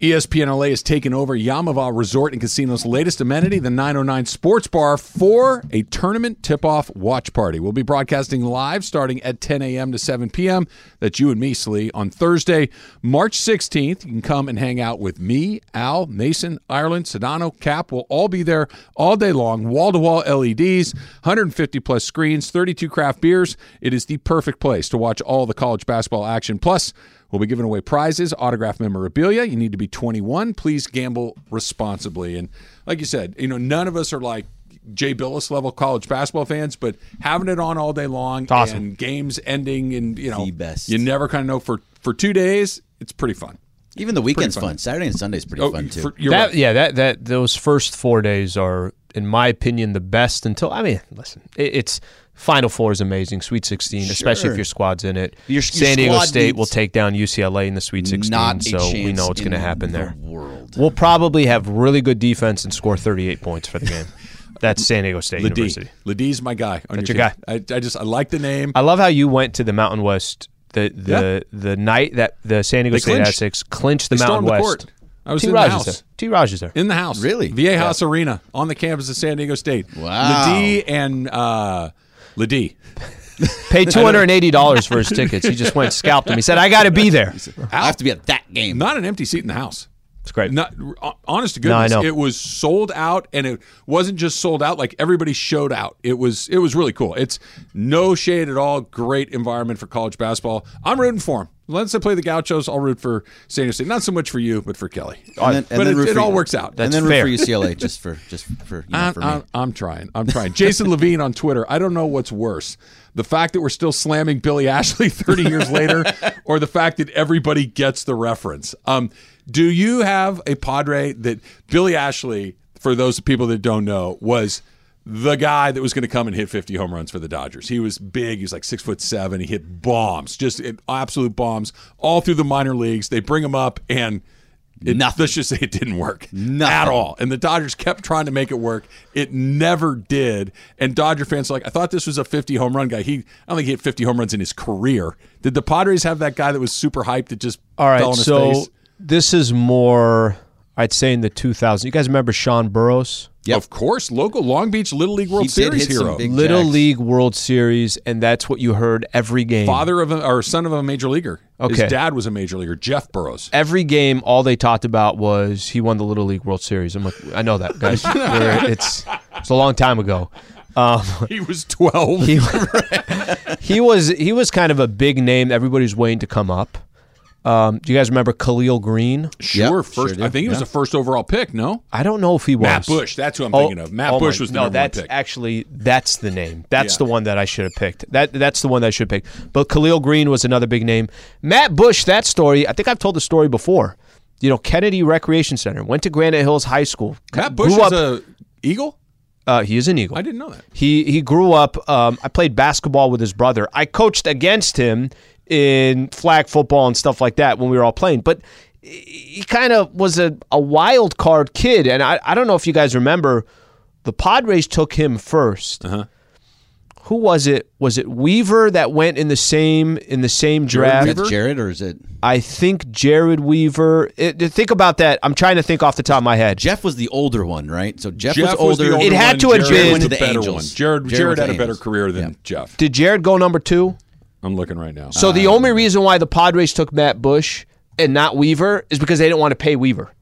Speaker 1: ESPN LA is taking over Yamava Resort and Casino's latest amenity, the 909 Sports Bar, for a tournament tip-off watch party. We'll be broadcasting live starting at 10 a.m. to 7 p.m. That's you and me, Slee, on Thursday, March 16th. You can come and hang out with me, Al, Mason, Ireland, Sedano, Cap. We'll all be there all day long. Wall-to-wall E LEDs, 150 plus screens, 32 craft beers. It is the perfect place to watch all the college basketball action. Plus. We'll be giving away prizes, autograph memorabilia. You need to be 21. Please gamble responsibly. And like you said, you know, none of us are like Jay Billis level college basketball fans, but having it on all day long
Speaker 3: awesome.
Speaker 1: and games ending and you know
Speaker 2: The best.
Speaker 1: you never kind of know for for two days, it's pretty fun. Oh,
Speaker 2: Even the weekend's fun. Saturday and Sunday's pretty fun too.
Speaker 1: for- you're
Speaker 3: that
Speaker 1: right.
Speaker 3: yeah that that those first four days are in my opinion the best until i mean listen it, it's final four is amazing sweet 16 especially
Speaker 2: Sure.
Speaker 3: if your squad's in it
Speaker 2: Your- your
Speaker 3: san diego
Speaker 2: squad
Speaker 3: state will
Speaker 2: needs-
Speaker 3: take down ucla in the sweet 16
Speaker 2: Not a
Speaker 3: so we
Speaker 2: chance
Speaker 3: know it's going to
Speaker 2: in
Speaker 3: happen
Speaker 2: the
Speaker 3: there
Speaker 2: world.
Speaker 3: we'll probably have really good defense and score 38 points for the game that's san diego state
Speaker 1: Ladee.
Speaker 3: university
Speaker 1: Ladee's my guy. On
Speaker 3: That's your
Speaker 1: team. I, I just I like the name.
Speaker 3: i love how you went to the mountain west the the the night that the san diego
Speaker 1: They
Speaker 3: state
Speaker 1: clinched.
Speaker 3: aztecs clinched the
Speaker 1: They
Speaker 3: mountain
Speaker 1: stormed the
Speaker 3: west
Speaker 1: court. I was
Speaker 3: T.
Speaker 1: in the
Speaker 3: Raj
Speaker 1: house.
Speaker 3: is there. T. Raj is there.
Speaker 1: in the house.
Speaker 2: Really?
Speaker 1: VA House Arena on the campus of San Diego State.
Speaker 2: Wow.
Speaker 1: Ladee and uh Ladee.
Speaker 3: paid two hundred and eighty dollars for his tickets. He just went scalped him. He said, "I got to be there."
Speaker 2: I have to be at that game.
Speaker 1: Not an empty seat in the house.
Speaker 3: It's great.
Speaker 1: Not uh, honest to
Speaker 3: No, I
Speaker 1: goodness,
Speaker 3: know.
Speaker 1: it was sold out, and it wasn't just sold out. Like everybody showed out. It was it was really cool. It's no shade at all. Great environment for college basketball. I'm rooting for them. Let's play the Gauchos. I'll root for San Diego State. Not so much for you, but for Kelly.
Speaker 2: And then- and
Speaker 1: but
Speaker 2: then root
Speaker 1: it, it
Speaker 2: for-
Speaker 1: all works out.
Speaker 2: and
Speaker 3: That's
Speaker 2: then root
Speaker 3: fair.
Speaker 2: for UCLA just for just for, you know,
Speaker 1: I'm,
Speaker 2: for me.
Speaker 1: I'm, I'm trying. I'm trying. Jason Levine on Twitter. I don't know what's worse: the fact that we're still slamming Billy Ashley 30 years later, or the fact that everybody gets the reference. Um, do you have a Padre that Billy Ashley? For those people that don't know, was the guy that was going to come and hit 50 home runs for the Dodgers. He was big. He was like six foot seven. He hit bombs, just absolute bombs, all through the minor leagues. They bring him up and. It,
Speaker 2: Nothing.
Speaker 1: Let's just say it didn't work
Speaker 2: Nothing.
Speaker 1: at all. And the Dodgers kept trying to make it work. It never did. And Dodger fans are like, I thought this was a 50 home run guy. He, I don't think he hit 50 home runs in his career. Did the Padres have that guy that was super hyped that just
Speaker 3: All
Speaker 1: fell
Speaker 3: right,
Speaker 1: on his
Speaker 3: so
Speaker 1: face?
Speaker 3: this is more. I'd say in the 2000s. You guys remember Sean Burroughs?
Speaker 2: Yep.
Speaker 1: Of course, local Long Beach Little League World
Speaker 2: did
Speaker 1: Series
Speaker 2: hit some
Speaker 1: hero.
Speaker 2: big-
Speaker 3: Little
Speaker 2: Jacks.
Speaker 3: League World Series, and that's what you heard every game.
Speaker 1: Father of a, or son of a major leaguer.
Speaker 3: Okay.
Speaker 1: His dad was a major leaguer, Jeff Burrows.
Speaker 3: Every game, all they talked about was he won the Little League World Series. I'm like, I know that, guys. We're- it's it's a long time ago. Um,
Speaker 1: He was 12.
Speaker 3: he, he was he was kind of a big name. Everybody's waiting to come up. Um, do you guys remember Khalil Green?
Speaker 1: sure,
Speaker 2: Yep, sure
Speaker 1: first.
Speaker 2: do.
Speaker 1: I think he was the first overall pick, no?
Speaker 3: I don't know if he was
Speaker 1: Matt Bush, that's who I'm thinking of. Matt
Speaker 3: oh
Speaker 1: Bush
Speaker 3: my-
Speaker 1: was the
Speaker 3: no.
Speaker 1: number one
Speaker 3: that's
Speaker 1: pick.
Speaker 3: actually that's the name. That's
Speaker 1: Yeah.
Speaker 3: the one that I should have picked. That that's the one that I should pick. But Khalil Green was another big name. Matt Bush. That story. I think I've told the story before. You know, Kennedy Recreation Center. Went to Granite Hills High School.
Speaker 1: Matt Bush
Speaker 3: grew
Speaker 1: was
Speaker 3: up.
Speaker 1: a Eagle?
Speaker 3: uh, he is an Eagle.
Speaker 1: I didn't know that.
Speaker 3: He he grew up. Um, I played basketball with his brother. I coached against him in flag football and stuff like that when we were all playing. But he kind of was a, a wild card kid, and I I don't know if you guys remember, the Padres took him 1st Who was it? Was it Weaver that went in the same in the same draft?
Speaker 2: Is that Jared or is it
Speaker 3: I think Jared Weaver. It, think about that. I'm trying to think off the top of my head.
Speaker 2: Jeff was the older one, right? So Jeff,
Speaker 1: Jeff
Speaker 2: was older.
Speaker 1: the older
Speaker 3: It had
Speaker 1: one.
Speaker 3: to have
Speaker 1: Jared
Speaker 3: been-
Speaker 1: was the
Speaker 2: The
Speaker 1: better
Speaker 2: Angels.
Speaker 1: one. Jared,
Speaker 2: Jared
Speaker 1: Jared,
Speaker 2: was
Speaker 1: had
Speaker 2: the
Speaker 1: a better
Speaker 2: Angels.
Speaker 1: career than Jeff.
Speaker 3: Did Jared go number two?
Speaker 1: I'm looking right now.
Speaker 3: So the only reason why the Padres took Matt Bush and not Weaver is because they didn't want to pay Weaver.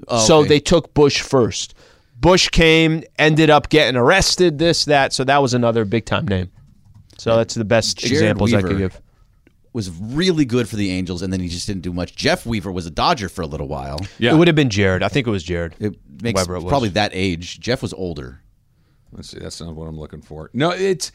Speaker 3: So
Speaker 2: Oh, okay.
Speaker 3: they took Bush first. Bush came, ended up getting arrested, this, that. So that was another big time name. So that's the best
Speaker 2: Jared
Speaker 3: examples I
Speaker 2: Weaver.
Speaker 3: could give.
Speaker 2: was really good for the Angels, and then he just didn't do much. Jeff Weaver was a Dodger for a little while.
Speaker 1: Yeah.
Speaker 3: It would have been Jared. I think it was Jared.
Speaker 2: It makes
Speaker 3: Whoever it was.
Speaker 2: probably that age. Jeff was older.
Speaker 1: Let's see. That's not what I'm looking for. No, it's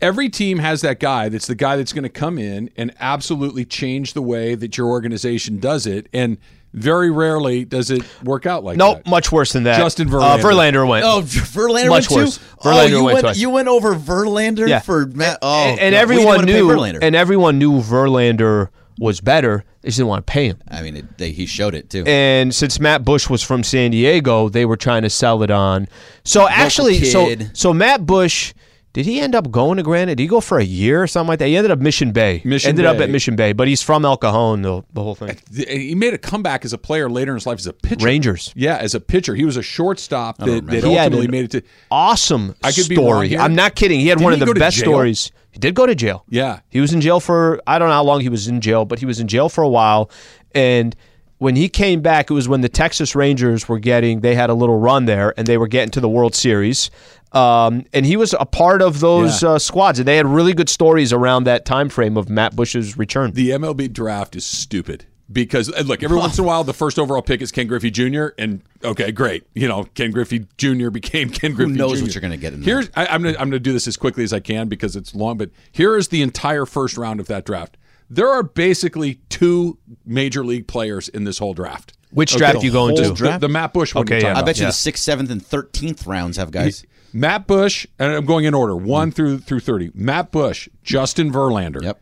Speaker 1: every team has that guy that's the guy that's going to come in and absolutely change the way that your organization does it. And very rarely does it work out like
Speaker 3: Nope,
Speaker 1: that.
Speaker 3: much worse than that.
Speaker 1: Justin
Speaker 3: Uh,
Speaker 1: Verlander.
Speaker 3: Verlander went.
Speaker 2: Oh, Verlander
Speaker 3: Much
Speaker 2: went
Speaker 3: worse.
Speaker 2: too. oh,
Speaker 3: Verlander
Speaker 2: you
Speaker 3: went
Speaker 2: went.
Speaker 3: twice.
Speaker 2: You went over Verlander
Speaker 3: Yeah.
Speaker 2: for Matt. Oh,
Speaker 3: and, and
Speaker 2: God. We didn't
Speaker 3: everyone
Speaker 2: want to pay
Speaker 3: knew.
Speaker 2: Verlander.
Speaker 3: And everyone knew Verlander was better. They just didn't want to pay him.
Speaker 2: I mean, it, they, he showed it too.
Speaker 3: and since Matt Bush was from San Diego, they were trying to sell it on. So actually, so
Speaker 2: kid.
Speaker 3: so Matt Bush, did he end up going to Granite? Did he go for a year or something like that? He ended up Mission Bay.
Speaker 1: Mission
Speaker 3: ended up
Speaker 1: Bay.
Speaker 3: at Mission Bay, but he's from El Cajon, the the whole thing.
Speaker 1: Th- He made a comeback as a player later in his life as a pitcher.
Speaker 3: Rangers.
Speaker 1: Yeah, as a pitcher. He was a shortstop that, that
Speaker 3: He had
Speaker 1: ultimately
Speaker 3: an
Speaker 1: made it to.
Speaker 3: Awesome
Speaker 1: I could be wrong
Speaker 3: story.
Speaker 1: here.
Speaker 3: I'm not kidding. He had
Speaker 1: Didn't
Speaker 3: one
Speaker 1: he
Speaker 3: of the
Speaker 1: go to
Speaker 3: best
Speaker 1: jail?
Speaker 3: stories. He did go to jail.
Speaker 1: Yeah.
Speaker 3: He was in jail for I don't know how long he was in jail, but he was in jail for a while. And when he came back, it was when the Texas Rangers were getting they had a little run there, and they were getting to the World Series. Um, and he was a part of those
Speaker 1: Yeah.
Speaker 3: uh, squads, and they had really good stories around that time frame of Matt Bush's return.
Speaker 1: The MLB draft is stupid because and look, every once in a while the first overall pick is Ken Griffey Jr. and okay, great. You know, Ken Griffey Jr. became Ken Griffey.
Speaker 2: knows
Speaker 1: Jr..
Speaker 2: what you're gonna get in there?
Speaker 1: Here's I, I'm gonna I'm gonna do this as quickly as I can because it's long, but here is the entire first round of that draft. There are basically two major league players in this whole draft.
Speaker 3: Which draft you going
Speaker 1: whole-
Speaker 3: to?
Speaker 1: The, the Matt Bush one.
Speaker 3: Okay,
Speaker 1: you're talking
Speaker 3: yeah.
Speaker 2: I
Speaker 1: about.
Speaker 2: bet you
Speaker 3: Yeah.
Speaker 2: the sixth, seventh, and thirteenth rounds have guys.
Speaker 1: Matt Bush, and I'm going in order one through through thirty. Matt Bush, Justin Verlander,
Speaker 2: Yep.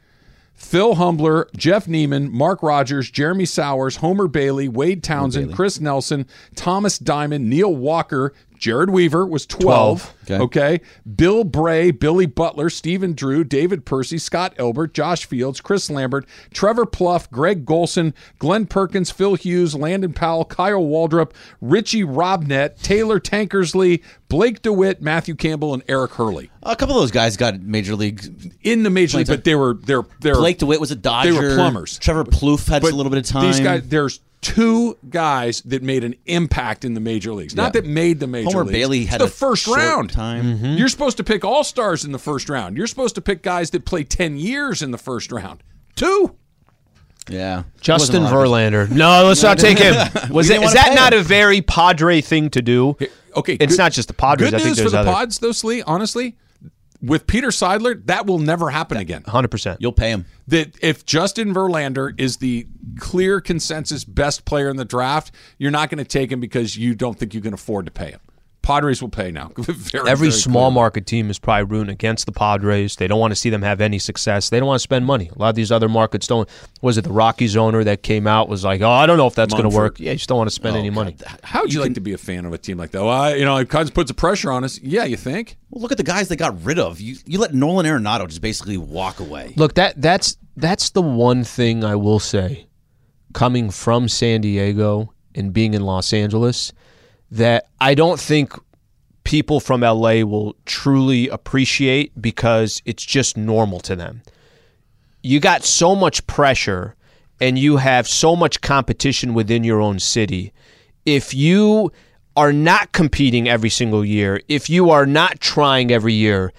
Speaker 1: Phil Humbler, Jeff Neiman, Mark Rogers, Jeremy Sowers, Homer Bailey, Wade Townsend, Chris Nelson, Thomas Diamond, Neil Walker, Jared Weaver was 12.
Speaker 2: 12.
Speaker 1: Okay. Bill Bray, Billy Butler, Stephen Drew, David Percy, Scott Elbert, Josh Fields, Chris Lambert, Trevor Pluff, Greg Golson, Glenn Perkins, Phil Hughes, Landon Powell, Kyle Waldrop, Richie Robnett, Taylor Tankersley, Blake DeWitt, Matthew Campbell, and Eric Hurley.
Speaker 2: A couple of those guys got major league.
Speaker 1: In the major league, but they were they're they're
Speaker 2: Blake DeWitt was a Dodger.
Speaker 1: They were plumbers.
Speaker 2: Trevor Plouffe had a little bit of time.
Speaker 1: These guys, there's two guys that made an impact in the major leagues. Not
Speaker 2: Yeah.
Speaker 1: that made the major
Speaker 2: Homer
Speaker 1: leagues.
Speaker 2: Bailey
Speaker 1: It's
Speaker 2: had
Speaker 1: the
Speaker 2: a
Speaker 1: first
Speaker 2: short
Speaker 1: round Mm-hmm.
Speaker 2: time.
Speaker 1: You're supposed to pick all stars in the first round. You're supposed to pick guys that play ten years in the first round. Two.
Speaker 2: Yeah.
Speaker 3: Justin
Speaker 2: Wasn't a lot of-
Speaker 3: Verlander. No, let's not take him. Was
Speaker 2: We
Speaker 3: it,
Speaker 2: didn't
Speaker 3: is
Speaker 2: wanna
Speaker 3: that
Speaker 2: pay
Speaker 3: not
Speaker 2: him.
Speaker 3: a very Padre thing to do?
Speaker 1: Okay,
Speaker 3: it's
Speaker 1: good-
Speaker 3: not just the Padres.
Speaker 1: Good
Speaker 3: I think
Speaker 1: news
Speaker 3: there's
Speaker 1: for the
Speaker 3: other
Speaker 1: pods, though, Slee. Honestly, with Peter Seidler, that will never happen again.
Speaker 3: Hundred percent.
Speaker 2: You'll pay him.
Speaker 1: That if Justin Verlander is the clear consensus best player in the draft, you're not going to take him because you don't think you can afford to pay him. Padres will pay now. Very,
Speaker 3: Every
Speaker 1: very
Speaker 3: small
Speaker 1: clear.
Speaker 3: market team is probably rooting against the Padres. They don't want to see them have any success. They don't want to spend money. A lot of these other markets don't. Was it the Rockies owner that came out was like, "Oh, I don't know if that's going to
Speaker 1: Munford.
Speaker 3: work." Yeah, you just don't want to spend
Speaker 2: Oh,
Speaker 3: any money.
Speaker 1: How would you, like to be a fan of a team like that? Well, I, you know, it kind of puts the pressure on us. Yeah, you think?
Speaker 2: Well, look at the guys they got rid of. You you let Nolan Arenado just basically walk away.
Speaker 3: Look, that that's that's the one thing I will say coming from San Diego and being in Los Angeles that I don't think people from LA will truly appreciate because it's just normal to them. You got so much pressure and you have so much competition within your own city. If you are not competing every single year, if you are not trying every year,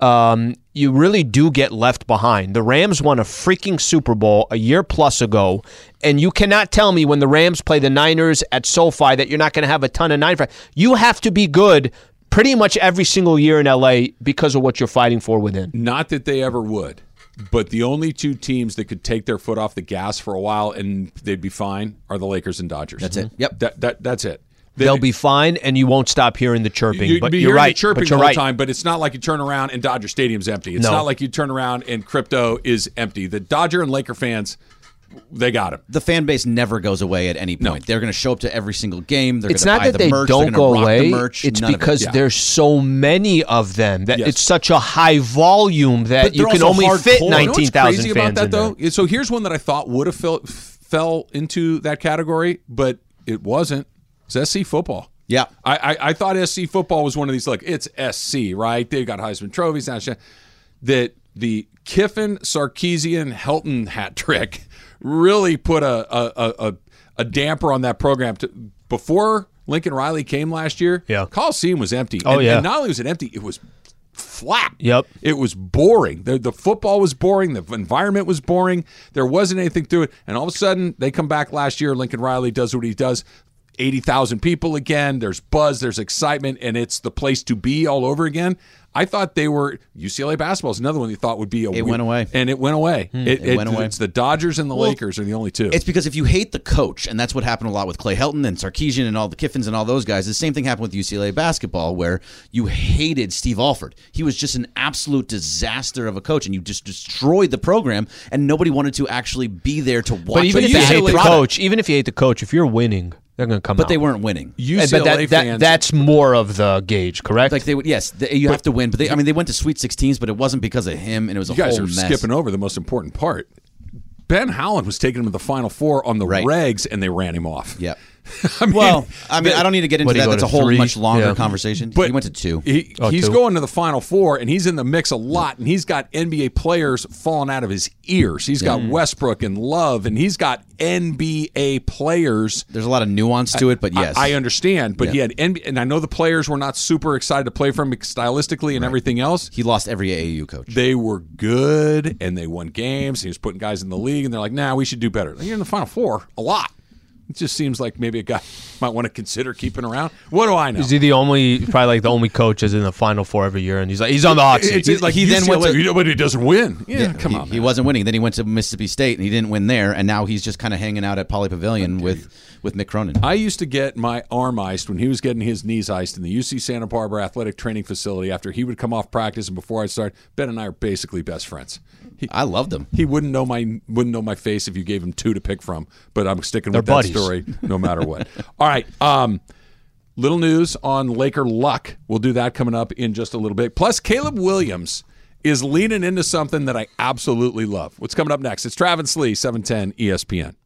Speaker 3: um, you really do get left behind. The Rams won a freaking Super Bowl a year plus ago, and you cannot tell me when the Rams play the Niners at SoFi that you're not going to have a ton of Niners. You have to be good pretty much every single year in LA because of what you're fighting for within.
Speaker 1: Not that they ever would, but the only two teams that could take their foot off the gas for a while and they'd be fine are the Lakers and Dodgers.
Speaker 2: That's it. Yep.
Speaker 1: That, that that's it.
Speaker 3: They'll be fine, and you won't stop hearing the chirping.
Speaker 1: You'd
Speaker 3: but
Speaker 1: be
Speaker 3: you're
Speaker 1: hearing
Speaker 3: right.
Speaker 1: the chirping
Speaker 3: but you're
Speaker 1: all the
Speaker 3: right.
Speaker 1: time, but it's not like you turn around and Dodger Stadium's empty. It's
Speaker 3: No.
Speaker 1: not like you turn around and crypto is empty. The Dodger and Laker fans, they got him.
Speaker 2: the fan base never goes away at any point. They're going to show up to every single game. They're
Speaker 3: It's
Speaker 2: going to
Speaker 3: not
Speaker 2: buy
Speaker 3: that
Speaker 2: the
Speaker 3: they
Speaker 2: merch.
Speaker 3: don't
Speaker 2: They're gonna
Speaker 3: go
Speaker 2: rock
Speaker 3: away.
Speaker 2: The merch.
Speaker 3: It's
Speaker 2: None of it.
Speaker 3: because
Speaker 1: Yeah.
Speaker 3: there's so many of them that
Speaker 1: Yes.
Speaker 3: it's such a high volume that
Speaker 1: But
Speaker 3: you
Speaker 1: they're
Speaker 3: can
Speaker 1: also
Speaker 3: only fit
Speaker 1: hardcore. You know what's
Speaker 3: 19,000
Speaker 1: crazy
Speaker 3: fans
Speaker 1: about that
Speaker 3: in
Speaker 1: though.
Speaker 3: there.
Speaker 1: So here's one that I thought would have fell, fell into that category, but it wasn't. It's SC football.
Speaker 2: Yeah.
Speaker 1: I, I, I thought SC football was one of these. Like it's SC, right? They've got Heisman trophies. national- That the Kiffin, Sarkeesian, Helton hat trick really put a a, a, a, a damper on that program. To, before Lincoln Riley came last year,
Speaker 3: Yeah.
Speaker 1: Coliseum was empty.
Speaker 3: Oh,
Speaker 1: and,
Speaker 3: yeah.
Speaker 1: and not only was it empty, it was flat.
Speaker 3: Yep.
Speaker 1: It was boring. The, the football was boring. The environment was boring. There wasn't anything to it. And all of a sudden, they come back last year. Lincoln Riley does what he does. 80,000 people again. There's buzz, there's excitement, and it's the place to be all over again. I thought they were UCLA basketball is another one you thought would be a It
Speaker 2: went away. Hmm.
Speaker 1: And it went away. it,
Speaker 2: it went away.
Speaker 1: It's the Dodgers and the Lakers are the only two.
Speaker 2: It's because if you hate the coach, and that's what happened a lot with Clay Helton and Sarkeesian and all the Kiffins and all those guys, the same thing happened with UCLA basketball, where you hated Steve Alford. He was just an absolute disaster of a coach, and you just destroyed the program, and nobody wanted to actually be there to watch.
Speaker 3: But even
Speaker 2: a
Speaker 3: if you
Speaker 2: bad
Speaker 3: hate the
Speaker 2: product.
Speaker 3: coach, even if you hate the coach, if you're winning, they're going to come
Speaker 2: but
Speaker 3: out.
Speaker 2: they weren't winning.
Speaker 1: UCLA
Speaker 3: but that,
Speaker 1: fans.
Speaker 3: that, that's more of the gauge, correct?
Speaker 2: Like they would, yes, they, you have to win. But they, I mean, they went to Sweet 16s, but it wasn't because of him, and it was a
Speaker 1: you guys
Speaker 2: whole
Speaker 1: are
Speaker 2: mess.
Speaker 1: skipping over the most important part. Ben Howland was taking them to the Final Four on the
Speaker 2: Right.
Speaker 1: regs, and they ran him off.
Speaker 2: Yep.
Speaker 1: I mean,
Speaker 2: Well, I mean, I don't need to get into
Speaker 3: What, he
Speaker 2: that.
Speaker 3: go
Speaker 2: That's a
Speaker 3: to
Speaker 2: whole
Speaker 3: three?
Speaker 2: much longer
Speaker 3: Yeah.
Speaker 2: conversation.
Speaker 1: But
Speaker 2: he went to two.
Speaker 1: He, he's
Speaker 3: two.
Speaker 1: going to the Final Four, and he's in the mix a lot, and he's got NBA players falling out of his ears. He's
Speaker 2: Mm.
Speaker 1: got Westbrook and Love, and he's got NBA players.
Speaker 2: There's a lot of nuance to it, but
Speaker 1: I-
Speaker 2: yes,
Speaker 1: I, understand, but he had NBA, and I know the players were not super excited to play for him stylistically and everything else.
Speaker 2: he lost every AAU coach.
Speaker 1: They were good, and they won games. He was putting guys in the league, and they're like, "Nah, we should do better." You're in the Final Four a lot. It just seems like maybe a guy might want to consider keeping around. What do I know?
Speaker 3: Is he the only, probably like the only coach is in the final four every year, and he's like, he's on the hot seat.
Speaker 1: It's, it's like
Speaker 2: He then
Speaker 1: UCLA,
Speaker 2: went to-
Speaker 1: you know, but he doesn't win. Yeah, come
Speaker 2: he,
Speaker 1: on.
Speaker 2: he wasn't winning. Then he went to Mississippi State and he didn't win there. And now he's just kind of hanging out at Poly Pavilion with with Mick Cronin.
Speaker 1: I used to get my arm iced when he was getting his knees iced in the UC Santa Barbara Athletic Training Facility after he would come off practice and before I start. Ben and I are basically best friends. He,
Speaker 2: I loved him.
Speaker 1: he wouldn't know my wouldn't know my face if you gave him two to pick from, but I'm sticking with
Speaker 3: They're
Speaker 1: that
Speaker 3: buddies.
Speaker 1: story no matter what. All right. Um, little news on Laker luck. We'll do that coming up in just a little bit. Plus, Caleb Williams E is leaning into something that I absolutely love. What's coming up next? It's Travis Lee, 710 ESPN.